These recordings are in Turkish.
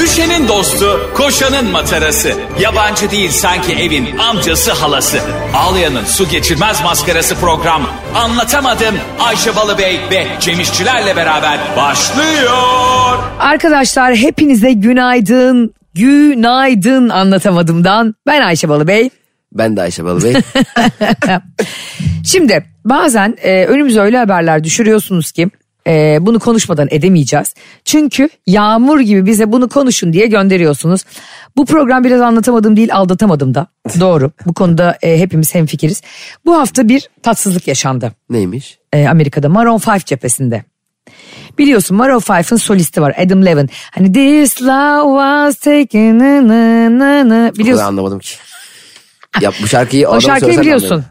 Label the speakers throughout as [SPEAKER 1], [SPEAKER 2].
[SPEAKER 1] Ayşe'nin dostu, koşanın matarası. Yabancı değil sanki evin amcası halası. Ağlayan'ın su geçirmez maskarası program. Anlatamadım Ayşe Balıbey ve Cemişçilerle beraber başlıyor.
[SPEAKER 2] Arkadaşlar hepinize günaydın. Günaydın anlatamadımdan. Ben Ayşe Balıbey.
[SPEAKER 3] Ben de Ayşe Balıbey.
[SPEAKER 2] Şimdi bazen e, önümüze öyle haberler düşürüyorsunuz ki e, bunu konuşmadan edemeyeceğiz. Çünkü yağmur gibi bize bunu konuşun diye gönderiyorsunuz. Bu program biraz anlatamadım değil aldatamadım da. Doğru bu konuda e, hepimiz hemfikiriz. Bu hafta bir tatsızlık yaşandı
[SPEAKER 3] Neymiş?
[SPEAKER 2] e, Amerika'da Maroon 5 cephesinde. Biliyorsun Maroon 5'ın solisti var Adam Levin. Hani this love was taken na na na na.
[SPEAKER 3] Biliyorsun.
[SPEAKER 2] Biliyorsun
[SPEAKER 3] anlamadım ki. Ya bu şarkıyı
[SPEAKER 2] o
[SPEAKER 3] adam
[SPEAKER 2] şarkıyı
[SPEAKER 3] söylesen
[SPEAKER 2] biliyorsun.
[SPEAKER 3] anlarım.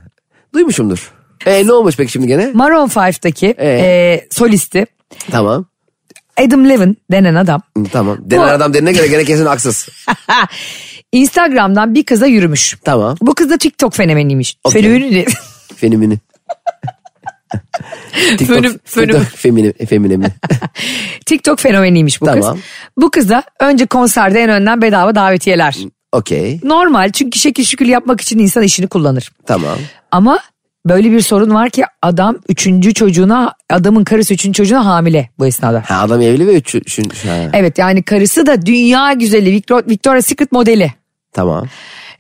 [SPEAKER 3] Duymuşumdur. E ne olmuş peki şimdi gene?
[SPEAKER 2] Maroon 5'taki
[SPEAKER 3] Ee?
[SPEAKER 2] e, solisti
[SPEAKER 3] Tamam.
[SPEAKER 2] Adam Levin denen adam.
[SPEAKER 3] Hı, Tamam. Denen
[SPEAKER 2] Bu-
[SPEAKER 3] adam denene göre gene kesin haksız.
[SPEAKER 2] Instagram'dan bir kıza yürümüş.
[SPEAKER 3] Tamam.
[SPEAKER 2] Bu kız da TikTok fenomeniymiş.
[SPEAKER 3] Okey.
[SPEAKER 2] Fenomeni
[SPEAKER 3] Fenimini. TikTok,
[SPEAKER 2] Fönüm- fönüm.
[SPEAKER 3] TikTok femini, feminimi.
[SPEAKER 2] TikTok fenomeniymiş bu
[SPEAKER 3] Tamam.
[SPEAKER 2] kız. Bu kıza önce konserde en önden bedava davetiyeler.
[SPEAKER 3] Hmm. Okey.
[SPEAKER 2] Normal çünkü şekil şükür yapmak için insan işini kullanır.
[SPEAKER 3] Tamam.
[SPEAKER 2] Ama böyle bir sorun var ki adam üçüncü çocuğuna adamın karısı üçüncü çocuğuna hamile bu esnada.
[SPEAKER 3] Ha, adam evli ve üç, üç, üç- ha,
[SPEAKER 2] Evet yani karısı da dünya güzeli Victor- Victoria's Secret modeli.
[SPEAKER 3] Tamam.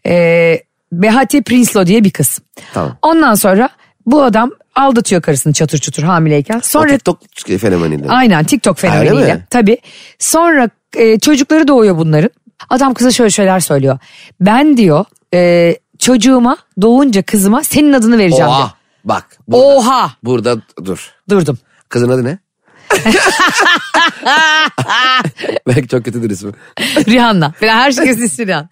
[SPEAKER 2] Ee, Behati Prinsloo diye bir kız.
[SPEAKER 3] Tamam.
[SPEAKER 2] Ondan sonra bu adam aldatıyor karısını çatır çutur hamileyken.
[SPEAKER 3] O
[SPEAKER 2] Sonra
[SPEAKER 3] TikTok fenomeniyle.
[SPEAKER 2] aynen TikTok
[SPEAKER 3] öyle
[SPEAKER 2] fenomeniyle.
[SPEAKER 3] mi?
[SPEAKER 2] Tabii. Sonra e, çocukları doğuyor bunların. Adam kıza şöyle şeyler söylüyor. Ben diyor e, çocuğuma doğunca kızıma senin adını vereceğim. diyor.
[SPEAKER 3] Oha. Bak. Burada,
[SPEAKER 2] Oha
[SPEAKER 3] burada dur.
[SPEAKER 2] durdum.
[SPEAKER 3] Kızın adı ne? Belki çok kötüdür ismi.
[SPEAKER 2] Rihanna. Falan her şey kesin Rihanna.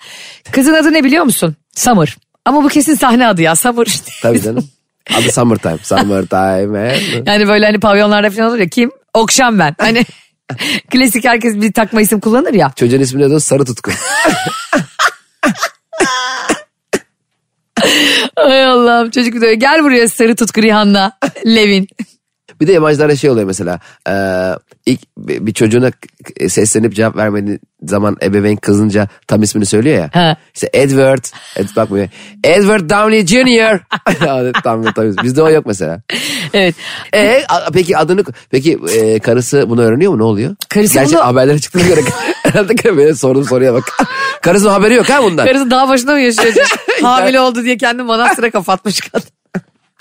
[SPEAKER 2] Kızın adı ne biliyor musun? Summer. Ama bu kesin sahne adı ya Summer işte.
[SPEAKER 3] Tabii canım. Adı Summertime. Summertime. eh.
[SPEAKER 2] Yani böyle hani pavyonlarda falan olur ya kim? Okşam ben. Hani klasik herkes bir takma isim kullanır ya.
[SPEAKER 3] Çocuğun ismi ne diyor? Sarı Tutku.
[SPEAKER 2] Ay Allah'ım çocuk diyor gel buraya sarı tutku Rihanna. Levin.
[SPEAKER 3] Bir de imajlarda şey oluyor mesela. eee, ilk bir bir çocuğuna k- seslenip cevap vermediği zaman ebeveyn kızınca tam ismini söylüyor ya.
[SPEAKER 2] Ha.
[SPEAKER 3] İşte Edward. Ed, bakmıyor. Edward Downey Jr. Ya, tam, tam, bizde o yok mesela.
[SPEAKER 2] Evet.
[SPEAKER 3] E, a- peki adını peki e, karısı bunu öğreniyor mu ne oluyor?
[SPEAKER 2] Karısı
[SPEAKER 3] Gerçi
[SPEAKER 2] bunu-
[SPEAKER 3] haberlere çıktığına göre herhalde ki benim sorduğum soruya bak. Karısının haberi yok ha bundan.
[SPEAKER 2] Karısı dağ başında mı yaşıyor? acaba? Hamile oldu diye kendi manastıra kapatmış kadın.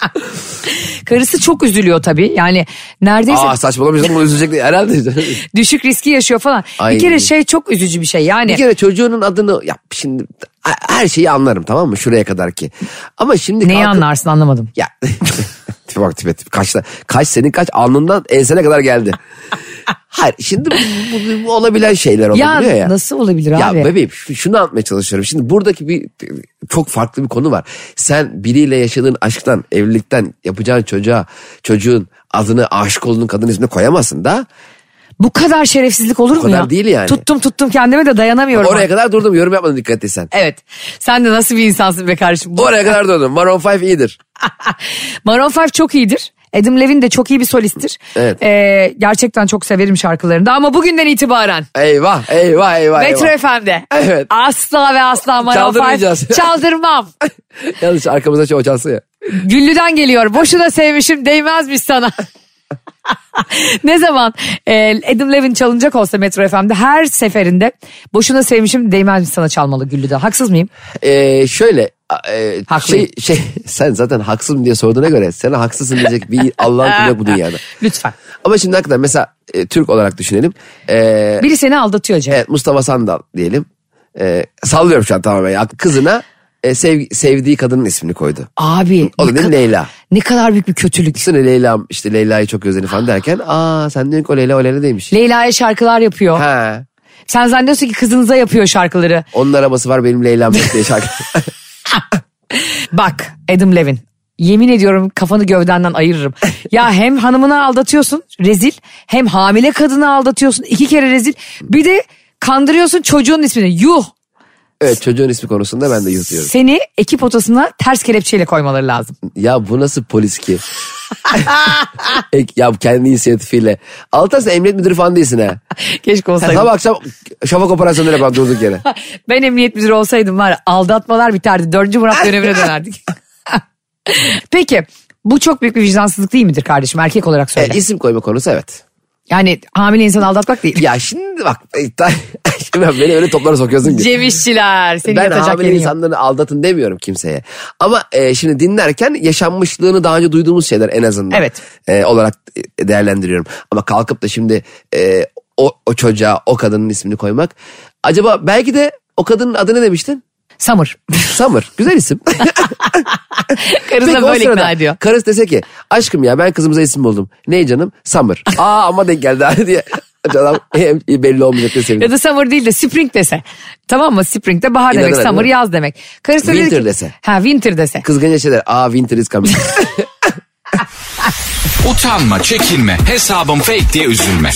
[SPEAKER 2] Karısı çok üzülüyor tabii. Yani neredeyse
[SPEAKER 3] Aa saçmalamayacağım bunu üzülecek diye. herhalde.
[SPEAKER 2] düşük riski yaşıyor falan.
[SPEAKER 3] Ay.
[SPEAKER 2] Bir kere şey çok üzücü bir şey. Yani
[SPEAKER 3] bir kere çocuğunun adını ya şimdi a- her şeyi anlarım tamam mı şuraya kadar ki. Ama şimdi
[SPEAKER 2] neyi
[SPEAKER 3] kalkıp-
[SPEAKER 2] anlarsın anlamadım.
[SPEAKER 3] Ya tipe bak tipe tipe. Kaçta, kaç senin kaç alnından ensene kadar geldi. Hayır şimdi bu, bu- bu olabilen şeyler
[SPEAKER 2] Ya,
[SPEAKER 3] olabiliyor ya.
[SPEAKER 2] nasıl olabilir abi?
[SPEAKER 3] Ya bebeğim ş- şunu anlatmaya çalışıyorum. Şimdi buradaki bir çok farklı bir konu var. Sen biriyle yaşadığın aşktan, evlilikten yapacağın çocuğa, çocuğun adını aşık olduğun kadın ismini koyamazsın da.
[SPEAKER 2] Bu kadar şerefsizlik olur mu
[SPEAKER 3] kadar
[SPEAKER 2] ya?
[SPEAKER 3] değil yani.
[SPEAKER 2] Tuttum tuttum kendime de dayanamıyorum.
[SPEAKER 3] Oraya kadar durdum yorum yapmadım dikkat etsen.
[SPEAKER 2] Evet. Sen de nasıl bir insansın be kardeşim. Bu...
[SPEAKER 3] Oraya kadar durdum. Maroon 5 iyidir.
[SPEAKER 2] Maroon 5 çok iyidir. Adam Levine de çok iyi bir solisttir.
[SPEAKER 3] Evet.
[SPEAKER 2] Ee, gerçekten çok severim şarkılarını da ama bugünden itibaren
[SPEAKER 3] Eyvah eyvah eyvah.
[SPEAKER 2] Metro
[SPEAKER 3] eyvah.
[SPEAKER 2] FM'de
[SPEAKER 3] Evet.
[SPEAKER 2] asla ve asla Maroon 5
[SPEAKER 3] Çaldırmayacağız.
[SPEAKER 2] çaldırmam.
[SPEAKER 3] Yanlış arkamızda şey o çalsın ya.
[SPEAKER 2] Güllü'den geliyor. Boşuna sevmişim değmezmiş sana. ne zaman e, Adam Levine çalınacak olsa Metro FM'de her seferinde boşuna sevmişim değmezmiş sana çalmalı Güllü'den. Haksız mıyım?
[SPEAKER 3] Ee, şöyle a- e,
[SPEAKER 2] Haklıyım.
[SPEAKER 3] şey, şey, sen zaten haksızım diye sorduğuna göre sana haksızsın diyecek bir Allah'ın kulu yok bu dünyada.
[SPEAKER 2] Lütfen.
[SPEAKER 3] Ama şimdi hakikaten mesela e, Türk olarak düşünelim. Ee,
[SPEAKER 2] Biri seni aldatıyor Cem.
[SPEAKER 3] Evet Mustafa Sandal diyelim. Ee, sallıyorum şu an tamamen. ya. Kızına e, sev- sevdiği kadının ismini koydu.
[SPEAKER 2] Abi
[SPEAKER 3] O
[SPEAKER 2] ne,
[SPEAKER 3] da değil
[SPEAKER 2] ka-
[SPEAKER 3] mi? Leyla.
[SPEAKER 2] ne kadar büyük bir kötülük.
[SPEAKER 3] Sene Leyla'm işte Leyla'yı çok özledim falan derken aa sen diyorsun ki o Leyla o Leyla değilmiş.
[SPEAKER 2] Leyla'ya şarkılar yapıyor.
[SPEAKER 3] ha.
[SPEAKER 2] Sen zannediyorsun ki kızınıza yapıyor şarkıları.
[SPEAKER 3] Onun arabası var benim Leyla'm yok diye şarkı.
[SPEAKER 2] Bak Adam Levin. Yemin ediyorum kafanı gövdenden ayırırım. ya hem hanımını aldatıyorsun rezil hem hamile kadını aldatıyorsun iki kere rezil. Bir de kandırıyorsun çocuğun ismini. Yuh
[SPEAKER 3] evet çocuğun ismi konusunda ben de yutuyorum.
[SPEAKER 2] seni ekip odasına ters kelepçeyle koymaları lazım.
[SPEAKER 3] Ya bu nasıl polis ki? Ek, ya kendi inisiyatifiyle. Altas emniyet müdürü falan değilsin ha.
[SPEAKER 2] Keşke olsaydım.
[SPEAKER 3] Sabah akşam şafak operasyonları yapan durduk yere.
[SPEAKER 2] Ben emniyet müdürü olsaydım var ya, aldatmalar biterdi. Dördüncü Murat dönemine dönerdik. Peki bu çok büyük bir vicdansızlık değil midir kardeşim erkek olarak söyle.
[SPEAKER 3] E, isim koyma konusu evet.
[SPEAKER 2] Yani hamile insanı aldatmak değil.
[SPEAKER 3] Ya şimdi bak e, ta- şimdi bak beni öyle toplara sokuyorsun ki.
[SPEAKER 2] Cem İşçiler seni
[SPEAKER 3] Ben
[SPEAKER 2] yatacak
[SPEAKER 3] hamile
[SPEAKER 2] yerin yok.
[SPEAKER 3] insanları aldatın demiyorum kimseye. Ama e, şimdi dinlerken yaşanmışlığını daha önce duyduğumuz şeyler en azından.
[SPEAKER 2] Evet.
[SPEAKER 3] e, olarak değerlendiriyorum. Ama kalkıp da şimdi e, o, o çocuğa o kadının ismini koymak. Acaba belki de o kadının adı ne demiştin?
[SPEAKER 2] Samur.
[SPEAKER 3] Summer. Güzel isim.
[SPEAKER 2] Karısına
[SPEAKER 3] Peki o
[SPEAKER 2] böyle
[SPEAKER 3] sırada
[SPEAKER 2] ikna ediyor.
[SPEAKER 3] Karısı dese ki aşkım ya ben kızımıza isim buldum. Ne canım? Summer. Aa ama denk geldi abi diye. Adam hem belli olmayacak diye
[SPEAKER 2] Ya
[SPEAKER 3] sevindim.
[SPEAKER 2] da summer değil de spring dese. Tamam mı? Spring de bahar
[SPEAKER 3] İnanır,
[SPEAKER 2] demek.
[SPEAKER 3] değil
[SPEAKER 2] Summer
[SPEAKER 3] mi?
[SPEAKER 2] yaz demek. Karısı dedi
[SPEAKER 3] Winter
[SPEAKER 2] ki-
[SPEAKER 3] dese.
[SPEAKER 2] Ha winter dese.
[SPEAKER 3] Kızgınca şeyler. Aa winter is coming.
[SPEAKER 1] Utanma, çekinme, hesabım fake diye üzülme.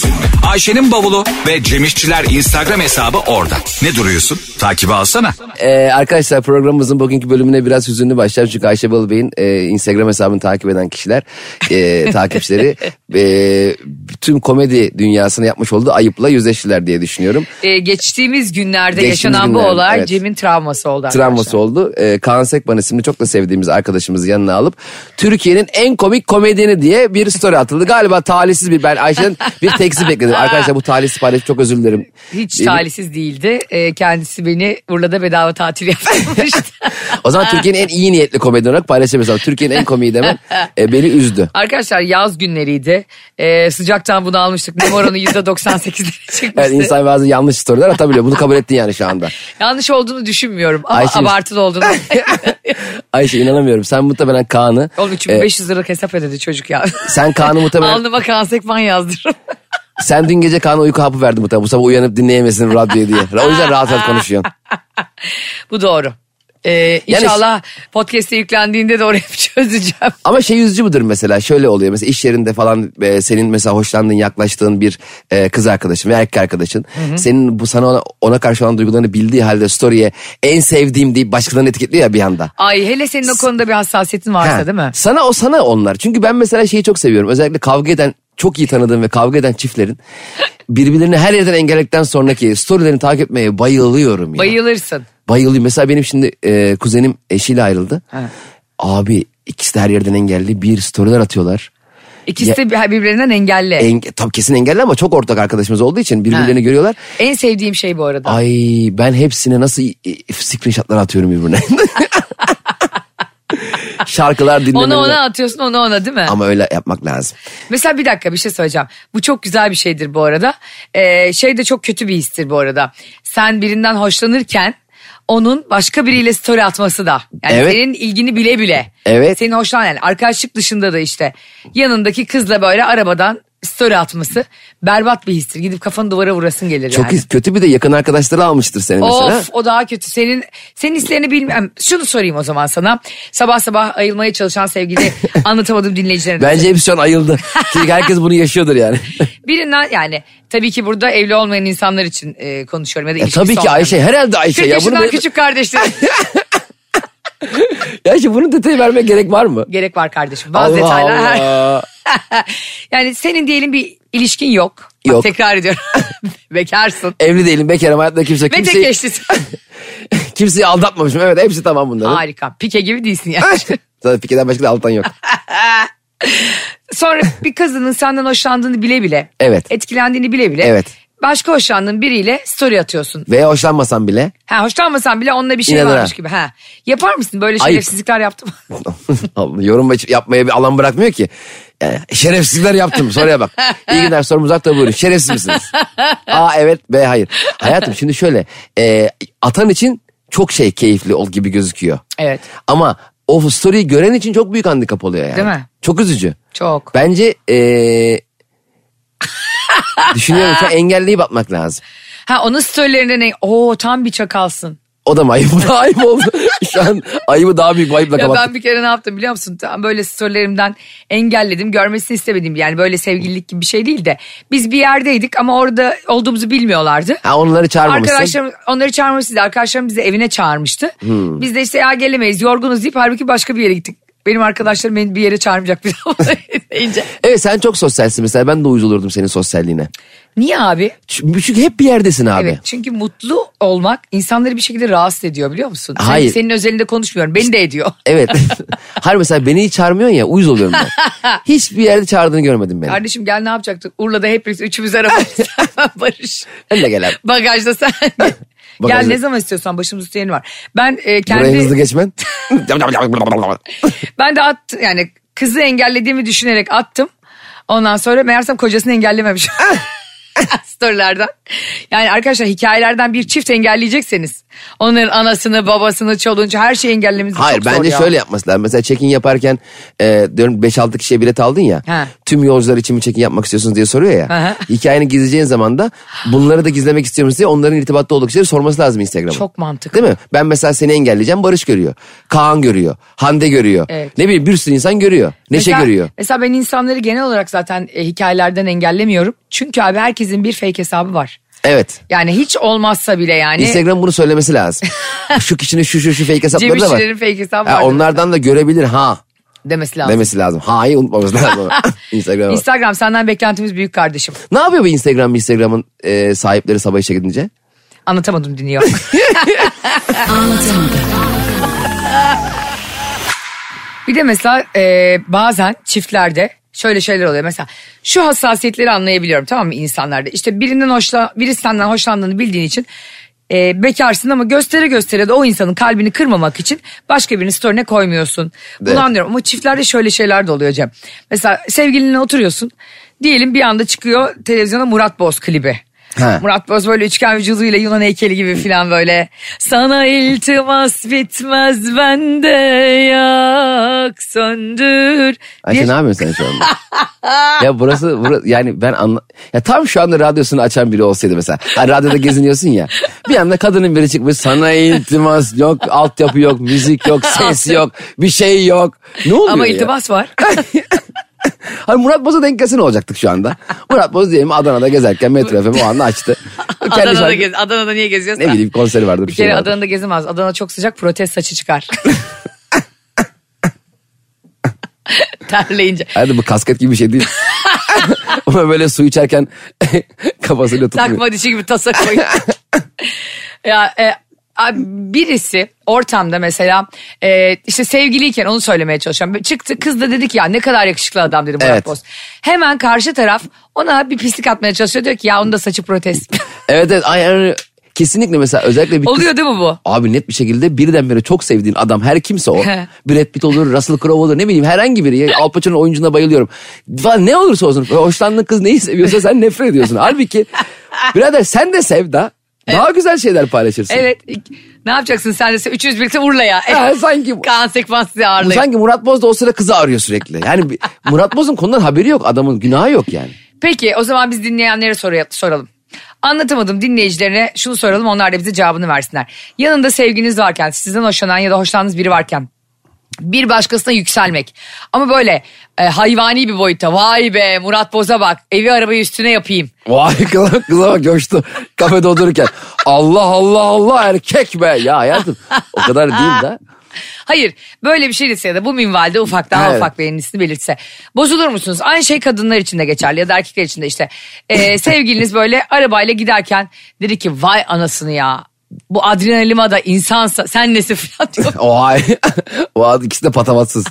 [SPEAKER 1] Ayşe'nin bavulu ve Cemişçiler Instagram hesabı orada. Ne duruyorsun? Takibi alsana.
[SPEAKER 3] Ee, arkadaşlar programımızın bugünkü bölümüne biraz hüzünlü başlayacağım. Çünkü Ayşe Balıbey'in e, Instagram hesabını takip eden kişiler, e, takipçileri e, tüm komedi dünyasını yapmış olduğu ayıpla yüzleştiler diye düşünüyorum.
[SPEAKER 2] Ee, geçtiğimiz günlerde
[SPEAKER 3] Geçtiğimiz
[SPEAKER 2] yaşanan bu
[SPEAKER 3] günlerde,
[SPEAKER 2] olay
[SPEAKER 3] evet.
[SPEAKER 2] Cem'in travması oldu arkadaşlar.
[SPEAKER 3] Travması oldu. Ee, Kaan Sekban isimli çok da sevdiğimiz arkadaşımızı yanına alıp Türkiye'nin en komik komedyeni diye bir story atıldı. Galiba talihsiz bir ben Ayşe'nin bir tekzi bekledim. Arkadaşlar bu talihsiz paylaş çok özür dilerim.
[SPEAKER 2] Hiç
[SPEAKER 3] Diyelim.
[SPEAKER 2] talihsiz değildi. Ee, kendisi beni Urla'da bedava tatil yaptırmıştı.
[SPEAKER 3] O zaman Türkiye'nin en iyi niyetli komedyen olarak paylaşamayacağım. Türkiye'nin en komiği demem e, beni üzdü.
[SPEAKER 2] Arkadaşlar yaz günleriydi. Ee, sıcaktan bunu almıştık. Nem oranı %98'lere çıkmıştı.
[SPEAKER 3] Yani insan bazen yanlış storyler atabiliyor. Bunu kabul ettin yani şu anda.
[SPEAKER 2] Yanlış olduğunu düşünmüyorum ama
[SPEAKER 3] Ayşe-
[SPEAKER 2] abartılı olduğunu.
[SPEAKER 3] Ayşe inanamıyorum. Sen muhtemelen Kaan'ı...
[SPEAKER 2] Oğlum
[SPEAKER 3] e,
[SPEAKER 2] 3500 liralık hesap ödedi çocuk ya.
[SPEAKER 3] sen Kaan'ı muhtemelen...
[SPEAKER 2] Alnıma kan sekman yazdırırım.
[SPEAKER 3] sen dün gece Kaan'a uyku hapı verdin muhtemelen. Bu sabah uyanıp dinleyemesin radyoyu diye. O yüzden rahat rahat konuşuyorsun.
[SPEAKER 2] Bu doğru. Ee, inşallah podcast'e yüklendiğinde de oraya bir çözeceğim.
[SPEAKER 3] Ama şey üzücü müdür mesela şöyle oluyor mesela iş yerinde falan e, senin mesela hoşlandığın yaklaştığın bir e, kız arkadaşın veya erkek arkadaşın senin bu sana ona, ona karşı olan duygularını bildiği halde story'e en sevdiğim deyip başkalarını etiketliyor ya bir anda.
[SPEAKER 2] Ay hele senin o konuda bir hassasiyetin varsa
[SPEAKER 3] Ha,
[SPEAKER 2] değil mi?
[SPEAKER 3] Sana o sana onlar. Çünkü ben mesela şeyi çok seviyorum. Özellikle kavga eden çok iyi tanıdığım ve kavga eden çiftlerin birbirlerini her yerden engelledikten sonraki storylerini takip etmeye bayılıyorum ya.
[SPEAKER 2] Bayılırsın.
[SPEAKER 3] Bayılıyorum. Mesela benim şimdi e, kuzenim eşiyle ayrıldı.
[SPEAKER 2] Evet.
[SPEAKER 3] Abi ikisi de her yerden engelli. Bir storyler atıyorlar.
[SPEAKER 2] İkisi
[SPEAKER 3] Ya-
[SPEAKER 2] de bir- birbirinden engelli.
[SPEAKER 3] Enge, tabii kesin engelli ama çok ortak arkadaşımız olduğu için birbirlerini
[SPEAKER 2] Ha.
[SPEAKER 3] görüyorlar.
[SPEAKER 2] En sevdiğim şey bu arada.
[SPEAKER 3] Ay ben hepsine nasıl i- i- screenshotlar atıyorum birbirine. Şarkılar dinlemeler.
[SPEAKER 2] onu ona atıyorsun onu ona değil mi?
[SPEAKER 3] Ama öyle yapmak lazım.
[SPEAKER 2] Mesela bir dakika bir şey söyleyeceğim. Bu çok güzel bir şeydir bu arada. Ee, şey de çok kötü bir histir bu arada. Sen birinden hoşlanırken onun başka biriyle story atması da. Yani
[SPEAKER 3] Evet.
[SPEAKER 2] senin ilgini bile bile.
[SPEAKER 3] Evet.
[SPEAKER 2] Senin hoşlanan yani arkadaşlık dışında da işte yanındaki kızla böyle arabadan story atması berbat bir histir. Gidip kafanı duvara vurasın gelir
[SPEAKER 3] Çok
[SPEAKER 2] yani.
[SPEAKER 3] is- kötü bir de yakın arkadaşları almıştır seni mesela.
[SPEAKER 2] Of o daha kötü. Senin senin hislerini bilmem. Şunu sorayım o zaman sana. Sabah sabah ayılmaya çalışan sevgili anlatamadığım dinleyicilerine.
[SPEAKER 3] Bence hepsi şu an ayıldı. Çünkü herkes bunu yaşıyordur yani.
[SPEAKER 2] Birinden yani tabii ki burada evli olmayan insanlar için e, konuşuyorum ya da
[SPEAKER 3] Ya
[SPEAKER 2] ilişkisi
[SPEAKER 3] tabii ki
[SPEAKER 2] olmayan.
[SPEAKER 3] Ayşe herhalde Ayşe.
[SPEAKER 2] 40
[SPEAKER 3] Ya bunu,
[SPEAKER 2] yaşından küçük kardeşlerim.
[SPEAKER 3] Ya Ayşe bunun detayı vermeye gerek var mı?
[SPEAKER 2] Gerek var kardeşim. Bazı
[SPEAKER 3] Allah
[SPEAKER 2] detaylar.
[SPEAKER 3] Allah.
[SPEAKER 2] yani senin diyelim bir ilişkin yok. Bak,
[SPEAKER 3] Yok.
[SPEAKER 2] tekrar ediyorum. Bekarsın.
[SPEAKER 3] Evli değilim bekarım hayatta kimse
[SPEAKER 2] Ve tek
[SPEAKER 3] kimseyi,
[SPEAKER 2] eşlisin.
[SPEAKER 3] kimseyi aldatmamışım. Evet hepsi tamam bunların.
[SPEAKER 2] Harika. Pike gibi değilsin yani.
[SPEAKER 3] Zaten Pike'den başka da altan yok.
[SPEAKER 2] Sonra bir kızının senden hoşlandığını bile bile.
[SPEAKER 3] Evet.
[SPEAKER 2] Etkilendiğini bile bile.
[SPEAKER 3] Evet.
[SPEAKER 2] Başka hoşlandığın biriyle story atıyorsun.
[SPEAKER 3] Veya hoşlanmasan bile
[SPEAKER 2] Ha hoşlanmasan bile onunla bir şey
[SPEAKER 3] İnanır
[SPEAKER 2] varmış
[SPEAKER 3] ha.
[SPEAKER 2] gibi. Ha. Yapar mısın böyle
[SPEAKER 3] Ayıp.
[SPEAKER 2] şerefsizlikler yaptım.
[SPEAKER 3] Allah, yorum aç- yapmaya bir alan bırakmıyor ki. Yani şerefsizler yaptım soruya bak. İyi günler sorumuz da buyurun. Şerefsiz misiniz? A evet B hayır. Hayatım şimdi şöyle e, atan için çok şey keyifli ol gibi gözüküyor.
[SPEAKER 2] Evet.
[SPEAKER 3] Ama o story'i gören için çok büyük handikap oluyor yani.
[SPEAKER 2] Değil mi?
[SPEAKER 3] Çok üzücü.
[SPEAKER 2] Çok.
[SPEAKER 3] Bence e, düşünüyorum ki engelleyip atmak lazım.
[SPEAKER 2] Ha onun storylerinden ne? Oo tam bir çakalsın.
[SPEAKER 3] O da mı ayıp? Bu da ayıp oldu. Şu an ayıbı daha büyük bir ayıpla
[SPEAKER 2] Ya
[SPEAKER 3] kapattık.
[SPEAKER 2] ben bir kere ne yaptım biliyor musun? Tam böyle storylerimden engelledim. Görmesini istemedim. Yani böyle sevgililik gibi bir şey değil de. Biz bir yerdeydik ama orada olduğumuzu bilmiyorlardı.
[SPEAKER 3] Ha, onları çağırmamışsın.
[SPEAKER 2] Arkadaşlarım onları
[SPEAKER 3] Hmm.
[SPEAKER 2] çağırmıştı. Arkadaşlarım bizi evine çağırmıştı. Biz de işte ya gelemeyiz yorgunuz deyip halbuki başka bir yere gittik. Benim arkadaşlarım beni bir yere çağırmayacak bir zaman deyince.
[SPEAKER 3] Evet sen çok sosyalsin mesela ben de uyuz olurdum senin sosyalliğine.
[SPEAKER 2] Niye abi?
[SPEAKER 3] Çünkü çünkü hep bir yerdesin abi.
[SPEAKER 2] Evet çünkü mutlu olmak insanları bir şekilde rahatsız ediyor biliyor musun? Sen-
[SPEAKER 3] Hayır.
[SPEAKER 2] senin özelinde konuşmuyorum beni de ediyor.
[SPEAKER 3] Evet. Hayır mesela beni hiç çağırmıyorsun ya uyuz oluyorum ben. Hiçbir yerde çağırdığını görmedim beni.
[SPEAKER 2] Kardeşim gel ne yapacaktık? Urla'da hepimiz üçümüz arabayız. Sen Barış.
[SPEAKER 3] Ben de gel abi.
[SPEAKER 2] Bagajda sen. gel
[SPEAKER 3] Bagajda.
[SPEAKER 2] ne zaman istiyorsan başımız üstü yeni var. Ben e,
[SPEAKER 3] Buraya hızlı
[SPEAKER 2] kendi
[SPEAKER 3] geçmen.
[SPEAKER 2] ben de at yani kızı engellediğimi düşünerek attım. Ondan sonra meğersem kocasını engellememiş. Storylerden. Yani arkadaşlar hikayelerden bir çift engelleyecekseniz onların anasını, babasını, çoluğunu her şeyi engellememiz
[SPEAKER 3] Hayır
[SPEAKER 2] çok zor
[SPEAKER 3] bence
[SPEAKER 2] ya.
[SPEAKER 3] şöyle yapması lazım. Mesela check-in yaparken e, diyorum 5-6 kişiye bilet aldın ya.
[SPEAKER 2] He.
[SPEAKER 3] Tüm yolcular için mi check-in yapmak istiyorsunuz diye soruyor ya.
[SPEAKER 2] Aha.
[SPEAKER 3] Hikayeni gizleyeceğin zaman da bunları da gizlemek istiyormuş diye onların irtibatta olduğu kişileri sorması lazım Instagram'a.
[SPEAKER 2] Çok mantıklı.
[SPEAKER 3] Değil mi? Ben mesela seni engelleyeceğim Barış görüyor. Kaan görüyor. Hande görüyor.
[SPEAKER 2] Evet.
[SPEAKER 3] Ne bileyim bir sürü insan görüyor. Neşe
[SPEAKER 2] Mesela-
[SPEAKER 3] görüyor.
[SPEAKER 2] Mesela ben insanları genel olarak zaten e, hikayelerden engellemiyorum. Çünkü abi herkesin bir fake hesabı var.
[SPEAKER 3] Evet.
[SPEAKER 2] Yani hiç olmazsa bile yani.
[SPEAKER 3] Instagram bunu söylemesi lazım. şu kişinin şu şu şu fake
[SPEAKER 2] Cem
[SPEAKER 3] hesapları da var.
[SPEAKER 2] İşçilerin fake hesabı
[SPEAKER 3] Ha,
[SPEAKER 2] var.
[SPEAKER 3] onlardan da görebilir ha
[SPEAKER 2] demesi lazım.
[SPEAKER 3] demesi lazım. Ha'yı unutmamız lazım. Instagram'a. bak.
[SPEAKER 2] Instagram senden beklentimiz büyük kardeşim.
[SPEAKER 3] Ne yapıyor bu Instagram Instagram'ın e, sahipleri sabah işe gidince?
[SPEAKER 2] Anlatamadım dinliyor. Bir de mesela e, bazen çiftlerde şöyle şeyler oluyor. Mesela şu hassasiyetleri anlayabiliyorum tamam mı insanlarda. İşte birinden hoşla, biri senden hoşlandığını bildiğin için e, bekarsın ama göstere göstere de o insanın kalbini kırmamak için başka birinin story'ine koymuyorsun. Bunu
[SPEAKER 3] Evet.
[SPEAKER 2] anlıyorum ama çiftlerde şöyle şeyler de oluyor Cem. Mesela sevgilinle oturuyorsun. Diyelim bir anda çıkıyor televizyona Murat Boz klibi.
[SPEAKER 3] Ha.
[SPEAKER 2] Murat Boz böyle üçgen vücuduyla Yunan heykeli gibi filan böyle. Sana iltimas bitmez bende yak söndür.
[SPEAKER 3] Ayşe
[SPEAKER 2] Bir-
[SPEAKER 3] ne yapıyorsun sen şu anda? ya burası, bura- yani ben anla... Ya tam şu anda radyosunu açan biri olsaydı mesela. Hani radyoda geziniyorsun ya. Bir anda kadının biri çıkmış sana iltimas yok, altyapı yok, müzik yok, ses yok, bir şey yok. Ne oluyor
[SPEAKER 2] Ama
[SPEAKER 3] ya?
[SPEAKER 2] iltimas var.
[SPEAKER 3] Hani Murat Boz'a denk gelse ne olacaktık şu anda? Murat Boz diyelim Adana'da gezerken Metro FM o anda açtı. Kendi
[SPEAKER 2] Adana'da,
[SPEAKER 3] şarkı-
[SPEAKER 2] gez, Adana'da niye geziyorsun?
[SPEAKER 3] Ne bileyim konseri vardı bir,
[SPEAKER 2] Bir
[SPEAKER 3] şey
[SPEAKER 2] kere
[SPEAKER 3] vardı.
[SPEAKER 2] Adana'da gezemez. Adana çok sıcak protest saçı çıkar. Terleyince.
[SPEAKER 3] Hadi bu kasket gibi bir şey değil. Ama böyle su içerken kafasıyla tutmuyor.
[SPEAKER 2] Takma dişi gibi tasa koyun. ya e, abi birisi ortamda mesela e, işte sevgiliyken onu söylemeye çalışıyorum. Böyle Çıktı kız da dedi ki ya ne kadar yakışıklı adam dedi Murat
[SPEAKER 3] Evet.
[SPEAKER 2] Boz. Hemen karşı taraf ona bir pislik atmaya çalışıyor. Diyor ki ya onun da saçı protest.
[SPEAKER 3] Evet evet ay, ay, ay. kesinlikle mesela özellikle bir kız-
[SPEAKER 2] Oluyor değil mi bu?
[SPEAKER 3] Abi net bir şekilde birdenbire çok sevdiğin adam her kimse o.
[SPEAKER 2] He.
[SPEAKER 3] Brad Pitt olur, Russell Crowe olur ne bileyim herhangi biri. Ya, Al Pacino oyuncuna bayılıyorum. Falan ne olursa olsun böyle hoşlandığın kız neyi seviyorsa sen nefret ediyorsun. Halbuki birader sen de sev da daha güzel şeyler paylaşırsın.
[SPEAKER 2] Evet. Ne yapacaksın sen de? 300 birlikte Urla'ya.
[SPEAKER 3] Ha, sanki
[SPEAKER 2] Kaan Sekman sizi ağırlayın.
[SPEAKER 3] sanki Murat Boz da o sıra kızı arıyor sürekli. Yani bir- Murat Boz'un konudan haberi yok adamın günahı yok yani.
[SPEAKER 2] Peki o zaman biz dinleyenlere soru- soralım. Anlatamadım dinleyicilerine şunu soralım onlar da bize cevabını versinler. Yanında sevginiz varken sizden hoşlanan ya da hoşlandığınız biri varken bir başkasına yükselmek. Ama böyle e, hayvani bir boyutta vay be Murat Boz'a bak evi arabayı üstüne yapayım.
[SPEAKER 3] Vay kıza, kıza bak coştu kafede otururken. Allah Allah Allah erkek be. Ya hayatım o kadar değil de.
[SPEAKER 2] Hayır böyle bir şey dese ya da bu minvalde ufak daha
[SPEAKER 3] Evet.
[SPEAKER 2] ufak beğenisini belirtse. Bozulur musunuz? Aynı şey kadınlar için de geçerli ya da erkekler için de işte. Ee, sevgiliniz böyle arabayla giderken dedi ki vay anasını ya. Bu adrenalima da insansa sen nesi falan diyor.
[SPEAKER 3] Vay. Vay ikisi de patavatsız.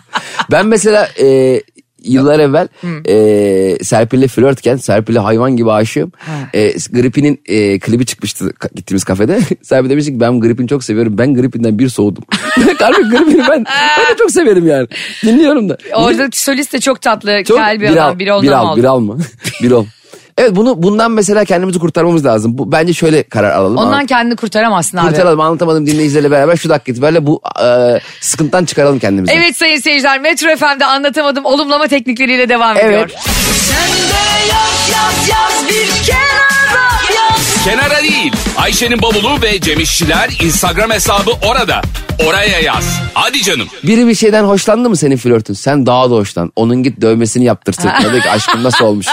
[SPEAKER 3] Ben mesela e, yıllar evvel e, Serpil'le flörtken Serpil'e hayvan gibi aşığım. E, Gripin'in e, klibi çıkmıştı ka- gittiğimiz kafede. Serpil demiş ki ben Gripin'i çok seviyorum. Ben Gripin'den bir soğudum. Harbi Gripin'i ben, ben de çok severim yani. Dinliyorum da.
[SPEAKER 2] Orada solist de çok tatlı,
[SPEAKER 3] Çok-
[SPEAKER 2] kel bir adam.
[SPEAKER 3] al,
[SPEAKER 2] Biri ondan
[SPEAKER 3] bir al,
[SPEAKER 2] mı
[SPEAKER 3] bir
[SPEAKER 2] oldu?
[SPEAKER 3] al mı? bir ol. Evet bunu bundan mesela kendimizi kurtarmamız lazım. Bu, bence şöyle karar alalım.
[SPEAKER 2] Ondan
[SPEAKER 3] Anlat-
[SPEAKER 2] kendini kurtaramazsın abi.
[SPEAKER 3] kurtaralım anlatamadım dinleyicilerle beraber şu dakika itibariyle bu e, sıkıntıdan çıkaralım kendimizi.
[SPEAKER 2] Evet sayın seyirciler Metro FM'de anlatamadım olumlama teknikleriyle devam
[SPEAKER 3] Evet.
[SPEAKER 2] ediyor.
[SPEAKER 1] Kenara değil. Ayşe'nin bavulu ve Cemişçiler Instagram hesabı orada. Oraya yaz. Hadi canım.
[SPEAKER 3] Biri bir şeyden hoşlandı mı senin flörtün? Sen daha da hoşlan. Onun git dövmesini yaptırsın. Dedi ki aşkım nasıl olmuş?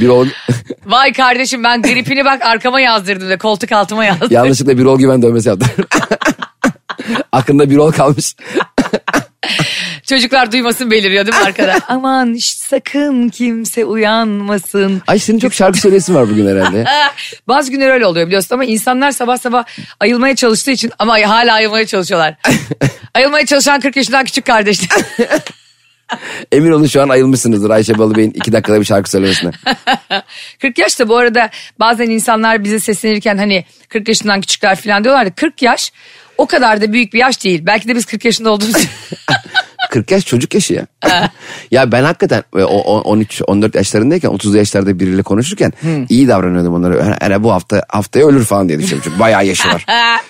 [SPEAKER 3] Bir ol,
[SPEAKER 2] Vay kardeşim ben gripini bak arkama yazdırdım da koltuk altıma yazdım.
[SPEAKER 3] yanlışlıkla bir ol güven dövmesi yaptı. Aklında bir ol kalmış.
[SPEAKER 4] Çocuklar duymasın beliriyor değil mi arkada?
[SPEAKER 2] Aman şş, sakın kimse uyanmasın. Ah,
[SPEAKER 3] Ay senin çok şarkı söyleyesin var bugün herhalde.
[SPEAKER 2] Bazı günler öyle oluyor biliyorsun ama insanlar sabah sabah ayılmaya çalıştığı için ama hala ayılmaya çalışıyorlar. ayılmaya çalışan 40 yaşından küçük kardeşler.
[SPEAKER 3] Emin olun şu an ayılmışsınızdır Ayşe Balıbey'in iki dakikada bir şarkı söylemesine.
[SPEAKER 2] 40 yaş da bu arada bazen insanlar bize seslenirken hani 40 yaşından küçükler falan diyorlar da 40 yaş o kadar da büyük bir yaş değil. Belki de biz 40 yaşında olduğumuz için.
[SPEAKER 3] 40 yaş çocuk yaşı ya. ya ben hakikaten e, o, o- 13 14 yaşlarındayken 30'lu yaşlarda biriyle konuşurken iyi davranıyordum onlara. Yani bu hafta haftaya ölür falan diye düşünüyorum. Çünkü bayağı yaşı var.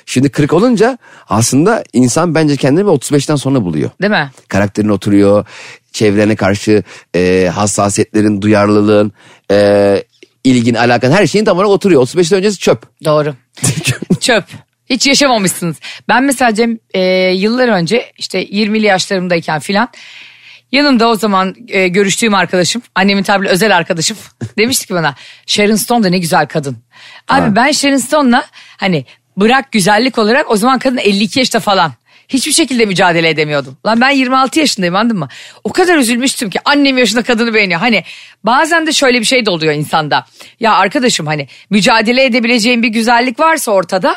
[SPEAKER 3] Şimdi 40 olunca aslında insan bence kendini bir 35'ten sonra buluyor.
[SPEAKER 2] Değil mi?
[SPEAKER 3] Karakterin oturuyor. Çevrene karşı e, hassasiyetlerin, duyarlılığın, e, ilgin, alakan her şeyin tam olarak oturuyor. 35'ten öncesi çöp.
[SPEAKER 2] Doğru. Çöp. Hiç yaşamamışsınız. Ben mesela Cem e, yıllar önce işte 20'li yaşlarımdayken filan yanımda o zaman e, görüştüğüm arkadaşım annemin tabiri özel arkadaşım demişti ki bana Sharon Stone da ne güzel kadın. Abi ben Sharon Stone'la hani bırak güzellik olarak o zaman kadın 52 yaşta falan. Hiçbir şekilde mücadele edemiyordum. Lan ben 26 yaşındayım anladın mı? O kadar üzülmüştüm ki annem yaşında kadını beğeniyor. Hani bazen de şöyle bir şey de oluyor insanda. Ya arkadaşım hani mücadele edebileceğin bir güzellik varsa ortada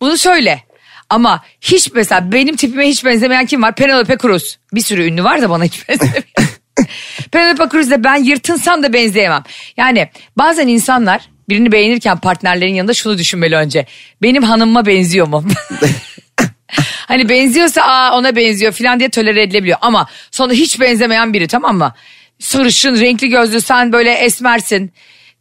[SPEAKER 2] bunu söyle. Ama hiç mesela benim tipime hiç benzemeyen kim var? Penelope Cruz. Bir sürü ünlü var da bana hiç benzemiyor. Penelope Cruz'la ben yırtınsam da benzeyemem. Yani bazen insanlar birini beğenirken partnerlerin yanında şunu düşünmeli önce. Benim hanımıma benziyor mu? hani benziyorsa aa ona benziyor falan diye tolere edilebiliyor. Ama sonra hiç benzemeyen biri tamam mı? Sarışın, renkli gözlü sen böyle esmersin,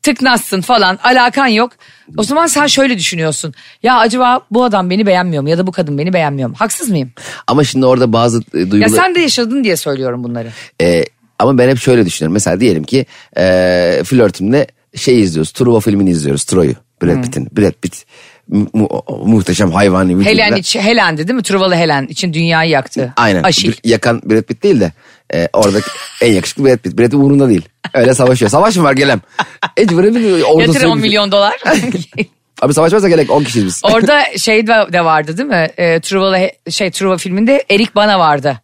[SPEAKER 2] tıknazsın falan alakan yok. O zaman sen şöyle düşünüyorsun. Ya acaba bu adam beni beğenmiyor mu ya da bu kadın beni beğenmiyor mu? Haksız mıyım?
[SPEAKER 3] Ama şimdi orada bazı e, duygular...
[SPEAKER 2] Ya sen de yaşadın diye söylüyorum bunları.
[SPEAKER 3] Ee, ama ben hep şöyle düşünüyorum. Mesela diyelim ki e, flörtümle şey izliyoruz. Truva filmini izliyoruz. Troy'u.
[SPEAKER 2] Hmm.
[SPEAKER 3] Brad Pitt'in. Brad Pitt mu- mu- muhteşem hayvani. vücuduyla-
[SPEAKER 2] Helen için, Helen'di değil mi? Truvalı Helen için dünyayı yaktı.
[SPEAKER 3] Aynen.
[SPEAKER 2] Aşil.
[SPEAKER 3] Bir- Yakan Brad Pitt değil de e, oradaki en yakışıklı Brad Pitt. Brad Pitt umurunda değil. Öyle savaşıyor. Savaş mı var gelem? E, Brad Pitt
[SPEAKER 2] Yatır
[SPEAKER 3] ortasına
[SPEAKER 2] 10
[SPEAKER 3] bir-
[SPEAKER 2] milyon dolar.
[SPEAKER 3] Abi savaş varsa gerek 10 kişiyiz biz.
[SPEAKER 2] Orada şey de de vardı değil mi? Ee, Truvalı He- şey Truva filminde Erik Bana vardı.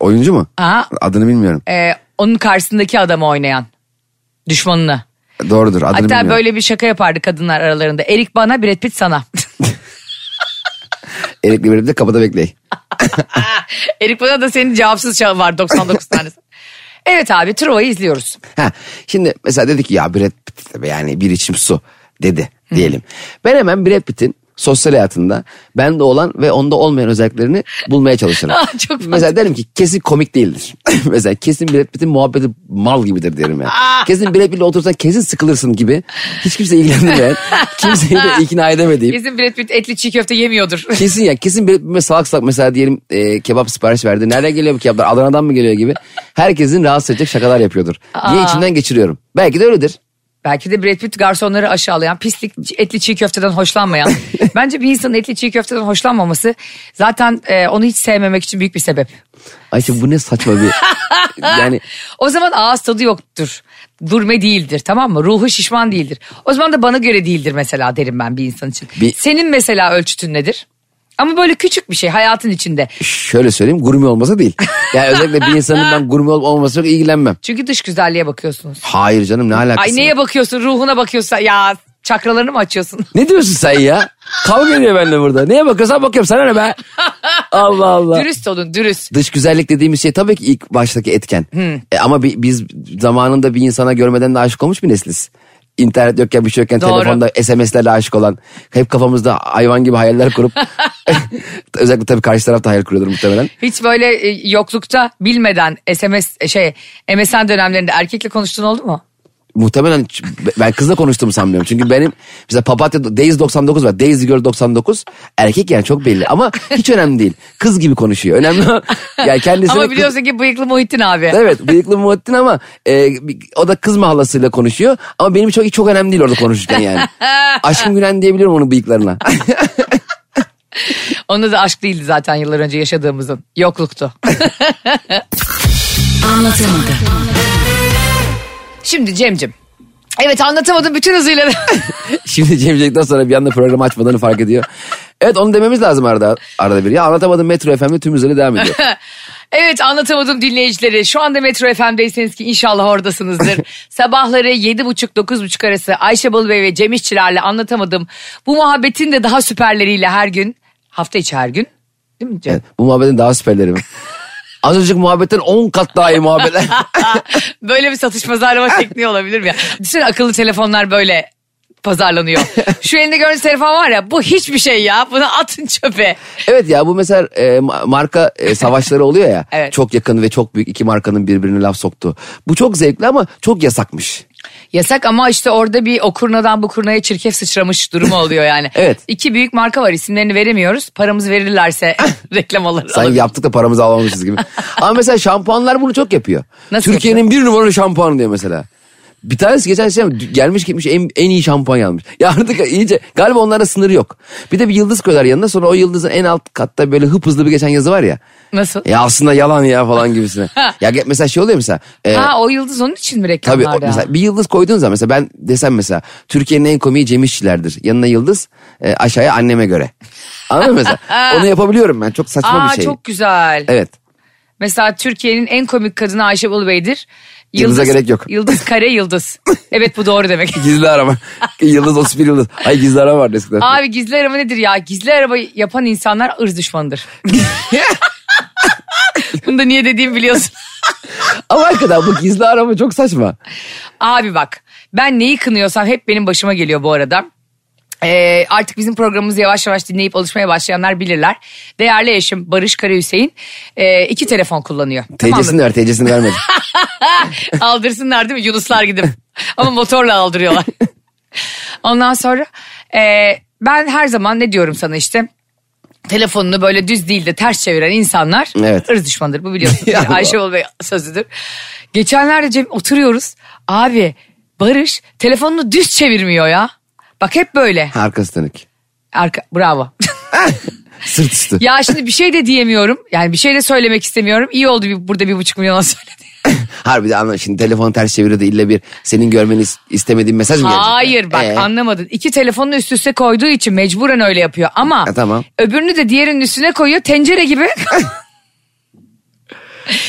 [SPEAKER 3] Oyuncu mu?
[SPEAKER 2] Aha.
[SPEAKER 3] Adını bilmiyorum.
[SPEAKER 2] Ee, onun karşısındaki adamı oynayan düşmanını.
[SPEAKER 3] Doğrudur adını
[SPEAKER 2] E, Hatta
[SPEAKER 3] bilmiyorum.
[SPEAKER 2] böyle bir şaka yapardı kadınlar aralarında. Erik bana, Brad Pitt sana.
[SPEAKER 3] Erikli Brad Pitt kapıda bekley.
[SPEAKER 2] Erik bana da senin cevapsız çağın var 99 tanesi. Evet abi Truva'yı izliyoruz.
[SPEAKER 3] Ha, şimdi mesela dedi ki ya Brad Pitt tabii yani bir içim su dedi diyelim. Ben hemen Brad Pitt'in sosyal hayatında bende olan ve onda olmayan özelliklerini bulmaya çalışırım.
[SPEAKER 2] Ah, çok mantıklı.
[SPEAKER 3] mesela derim ki kesin komik değildir. mesela kesin Brad Pitt'in muhabbeti mal gibidir derim yani.
[SPEAKER 2] Ah.
[SPEAKER 3] kesin Brad Pitt'le otursan kesin sıkılırsın gibi. Hiç kimse ilgilendirmeyen, kimseyi de ikna edemediğim.
[SPEAKER 2] Kesin Brad Pitt etli çiğ köfte yemiyordur.
[SPEAKER 3] Kesin ya kesin bir, bir salak salak mesela diyelim e, kebap sipariş verdi. Nereden geliyor bu kebaplar? Adana'dan mı geliyor gibi. Herkesin rahatsız edecek şakalar yapıyordur. Diye içimden geçiriyorum. Belki de öyledir.
[SPEAKER 2] Belki de Brad Pitt garsonları aşağılayan, pislik etli çiğ köfteden hoşlanmayan. Bence bir insanın etli çiğ köfteden hoşlanmaması zaten e, onu hiç sevmemek için büyük bir sebep.
[SPEAKER 3] Ayşe bu ne saçma bir... yani
[SPEAKER 2] O zaman ağız tadı yoktur. Gurme değildir tamam mı? Ruhu şişman değildir. O zaman da bana göre değildir mesela derim ben bir insan için.
[SPEAKER 3] Bir-
[SPEAKER 2] Senin mesela ölçütün nedir? Ama böyle küçük bir şey hayatın içinde.
[SPEAKER 3] şöyle söyleyeyim gurme olmasa değil. Yani özellikle bir insanın ben gurme olup olmaması yok ilgilenmem.
[SPEAKER 2] Çünkü dış güzelliğe bakıyorsunuz.
[SPEAKER 3] Hayır canım ne alakası
[SPEAKER 2] Ay neye
[SPEAKER 3] var?
[SPEAKER 2] bakıyorsun ruhuna bakıyorsun ya çakralarını mı açıyorsun?
[SPEAKER 3] Ne diyorsun sen ya? Kavga ediyor benimle burada. Neye bakıyorsan bakıyorum sana ne be? Allah Allah.
[SPEAKER 2] dürüst olun dürüst.
[SPEAKER 3] Dış güzellik dediğimiz şey tabii ki ilk baştaki etken. E, ama bi- biz zamanında bir insana görmeden de aşık olmuş bir nesliz. İnternet yokken bir şey yokken
[SPEAKER 2] Doğru.
[SPEAKER 3] telefonda SMS'lerle aşık olan. Hep kafamızda hayvan gibi hayaller kurup. özellikle tabii karşı taraf da hayal kuruyordur muhtemelen.
[SPEAKER 2] Hiç böyle e, yoklukta bilmeden SMS e, şey MSN dönemlerinde erkekle konuştuğun oldu mu?
[SPEAKER 3] Muhtemelen ç- ben kızla konuştuğumu sanmıyorum. Çünkü benim mesela papatya Days 99 var. Days Girl 99 erkek yani çok belli ama hiç önemli değil. Kız gibi konuşuyor. Önemli olan- yani kendisini
[SPEAKER 2] Ama biliyorsun ki bıyıklı Muhittin abi.
[SPEAKER 3] Evet bıyıklı Muhittin ama e, o da kız mahlasıyla konuşuyor. Ama benim çok çok önemli değil orada konuşurken yani. Aşkım Gülen diyebiliyorum onun bıyıklarına.
[SPEAKER 2] Onda da aşk değildi zaten yıllar önce yaşadığımızın. Yokluktu.
[SPEAKER 4] Anlatamadım.
[SPEAKER 2] Şimdi Cem'cim. Evet anlatamadım bütün hızıyla.
[SPEAKER 3] Şimdi Cemcik'ten sonra bir anda programı açmadığını fark ediyor. Evet onu dememiz lazım arada, arada bir. Ya anlatamadım Metro FM'de tüm üzeri devam ediyor.
[SPEAKER 2] Evet anlatamadım dinleyicileri. Şu anda Metro FM'deyseniz ki inşallah oradasınızdır. Sabahları 7.30-9.30 arası Ayşe Balıbey ve Cem İşçilerle anlatamadım. Bu muhabbetin de daha süperleriyle her gün. Hafta içi her gün. Değil mi Cem?
[SPEAKER 3] Bu muhabbetin daha süperleri mi? Az önceki muhabbetten 10 kat daha iyi muhabbetler.
[SPEAKER 2] böyle bir satış pazarlama tekniği olabilir mi? ya? Bütün akıllı telefonlar böyle pazarlanıyor. Şu elinde gördüğünüz telefon var ya bu hiçbir şey ya bunu atın çöpe.
[SPEAKER 3] evet ya bu mesela e, ma- marka e, savaşları oluyor ya.
[SPEAKER 2] Evet.
[SPEAKER 3] Çok yakın ve çok büyük iki markanın birbirine laf soktuğu. Bu çok zevkli ama çok yasakmış.
[SPEAKER 2] Yasak ama işte orada bir o kurnadan bu kurnaya çirkef sıçramış durumu oluyor yani.
[SPEAKER 3] Evet.
[SPEAKER 2] İki büyük marka var isimlerini veremiyoruz. Paramızı verirlerse reklam alırız.
[SPEAKER 3] Sanki yaptık da paramızı alamamışız gibi. Ama mesela şampuanlar bunu çok yapıyor.
[SPEAKER 2] Nasıl
[SPEAKER 3] Türkiye'nin bir numaralı şampuanı diyor mesela. Bir tanesi geçen sene gelmiş gitmiş en, en iyi şampuanya almış. Ya artık iyice galiba onlara sınır yok. Bir de bir yıldız koyar yanına sonra o yıldızın en alt katta böyle hıp hızlı bir geçen yazı var ya.
[SPEAKER 2] Nasıl?
[SPEAKER 3] Ya aslında yalan ya falan gibisine. ya ge- mesela şey oluyor mesela. e,
[SPEAKER 2] Ha o yıldız onun için mi reklamlar
[SPEAKER 3] Tabii o-
[SPEAKER 2] ya?
[SPEAKER 3] mesela bir yıldız koyduğun zaman mesela ben desem mesela Türkiye'nin en komiği Cem İşçilerdir. Yanına yıldız e, aşağıya anneme göre. Anladın mı mesela? Onu yapabiliyorum ben çok saçma
[SPEAKER 2] Aa
[SPEAKER 3] bir şey.
[SPEAKER 2] çok güzel.
[SPEAKER 3] Evet.
[SPEAKER 2] Mesela Türkiye'nin en komik kadını Ayşe Bulubey'dir.
[SPEAKER 3] Yıldız'a gerek yok.
[SPEAKER 2] Yıldız kare yıldız. evet bu doğru demek.
[SPEAKER 3] Gizli arama. Yıldız 31 yıldız. Ay gizli arama vardı eskiden.
[SPEAKER 2] Abi gizli araba nedir ya? Gizli araba yapan insanlar ırz düşmanıdır. Bunu da niye dediğimi biliyorsun.
[SPEAKER 3] Ama hakikaten bu gizli arama çok saçma.
[SPEAKER 2] Abi bak ben neyi kınıyorsam hep benim başıma geliyor bu arada. Ee, artık bizim programımızı yavaş yavaş dinleyip alışmaya başlayanlar bilirler. Değerli eşim Barış Kara Hüseyin ee, iki telefon kullanıyor. Tamam mı?
[SPEAKER 3] TC'sini ver TC'sini vermedi.
[SPEAKER 2] Aldırsınlar değil mi? Yunuslar gidip. Ama motorla aldırıyorlar. Ondan sonra e, ben her zaman ne diyorum sana işte telefonunu böyle düz değil de ters çeviren insanlar
[SPEAKER 3] Evet.
[SPEAKER 2] ırz düşmanıdır. Bu biliyorsun.
[SPEAKER 3] Ya Allah.
[SPEAKER 2] Ayşe Bey sözüdür. Geçenlerde Cem oturuyoruz. Abi Barış telefonunu düz çevirmiyor ya. Bak hep böyle.
[SPEAKER 3] Arkası dönük.
[SPEAKER 2] Arka, bravo.
[SPEAKER 3] Sırt üstü.
[SPEAKER 2] ya şimdi bir şey de diyemiyorum. Yani bir şey de söylemek istemiyorum. İyi oldu bir, burada bir buçuk milyona söyledi.
[SPEAKER 3] Harbi de anla şimdi telefonu ters çevirir de illa bir senin görmeni is- istemediğin mesaj mı gelecek?
[SPEAKER 2] Hayır bak
[SPEAKER 3] Ee,
[SPEAKER 2] anlamadın. İki telefonunu üst üste koyduğu için mecburen öyle yapıyor ama
[SPEAKER 3] E, tamam.
[SPEAKER 2] öbürünü de diğerinin üstüne koyuyor tencere gibi.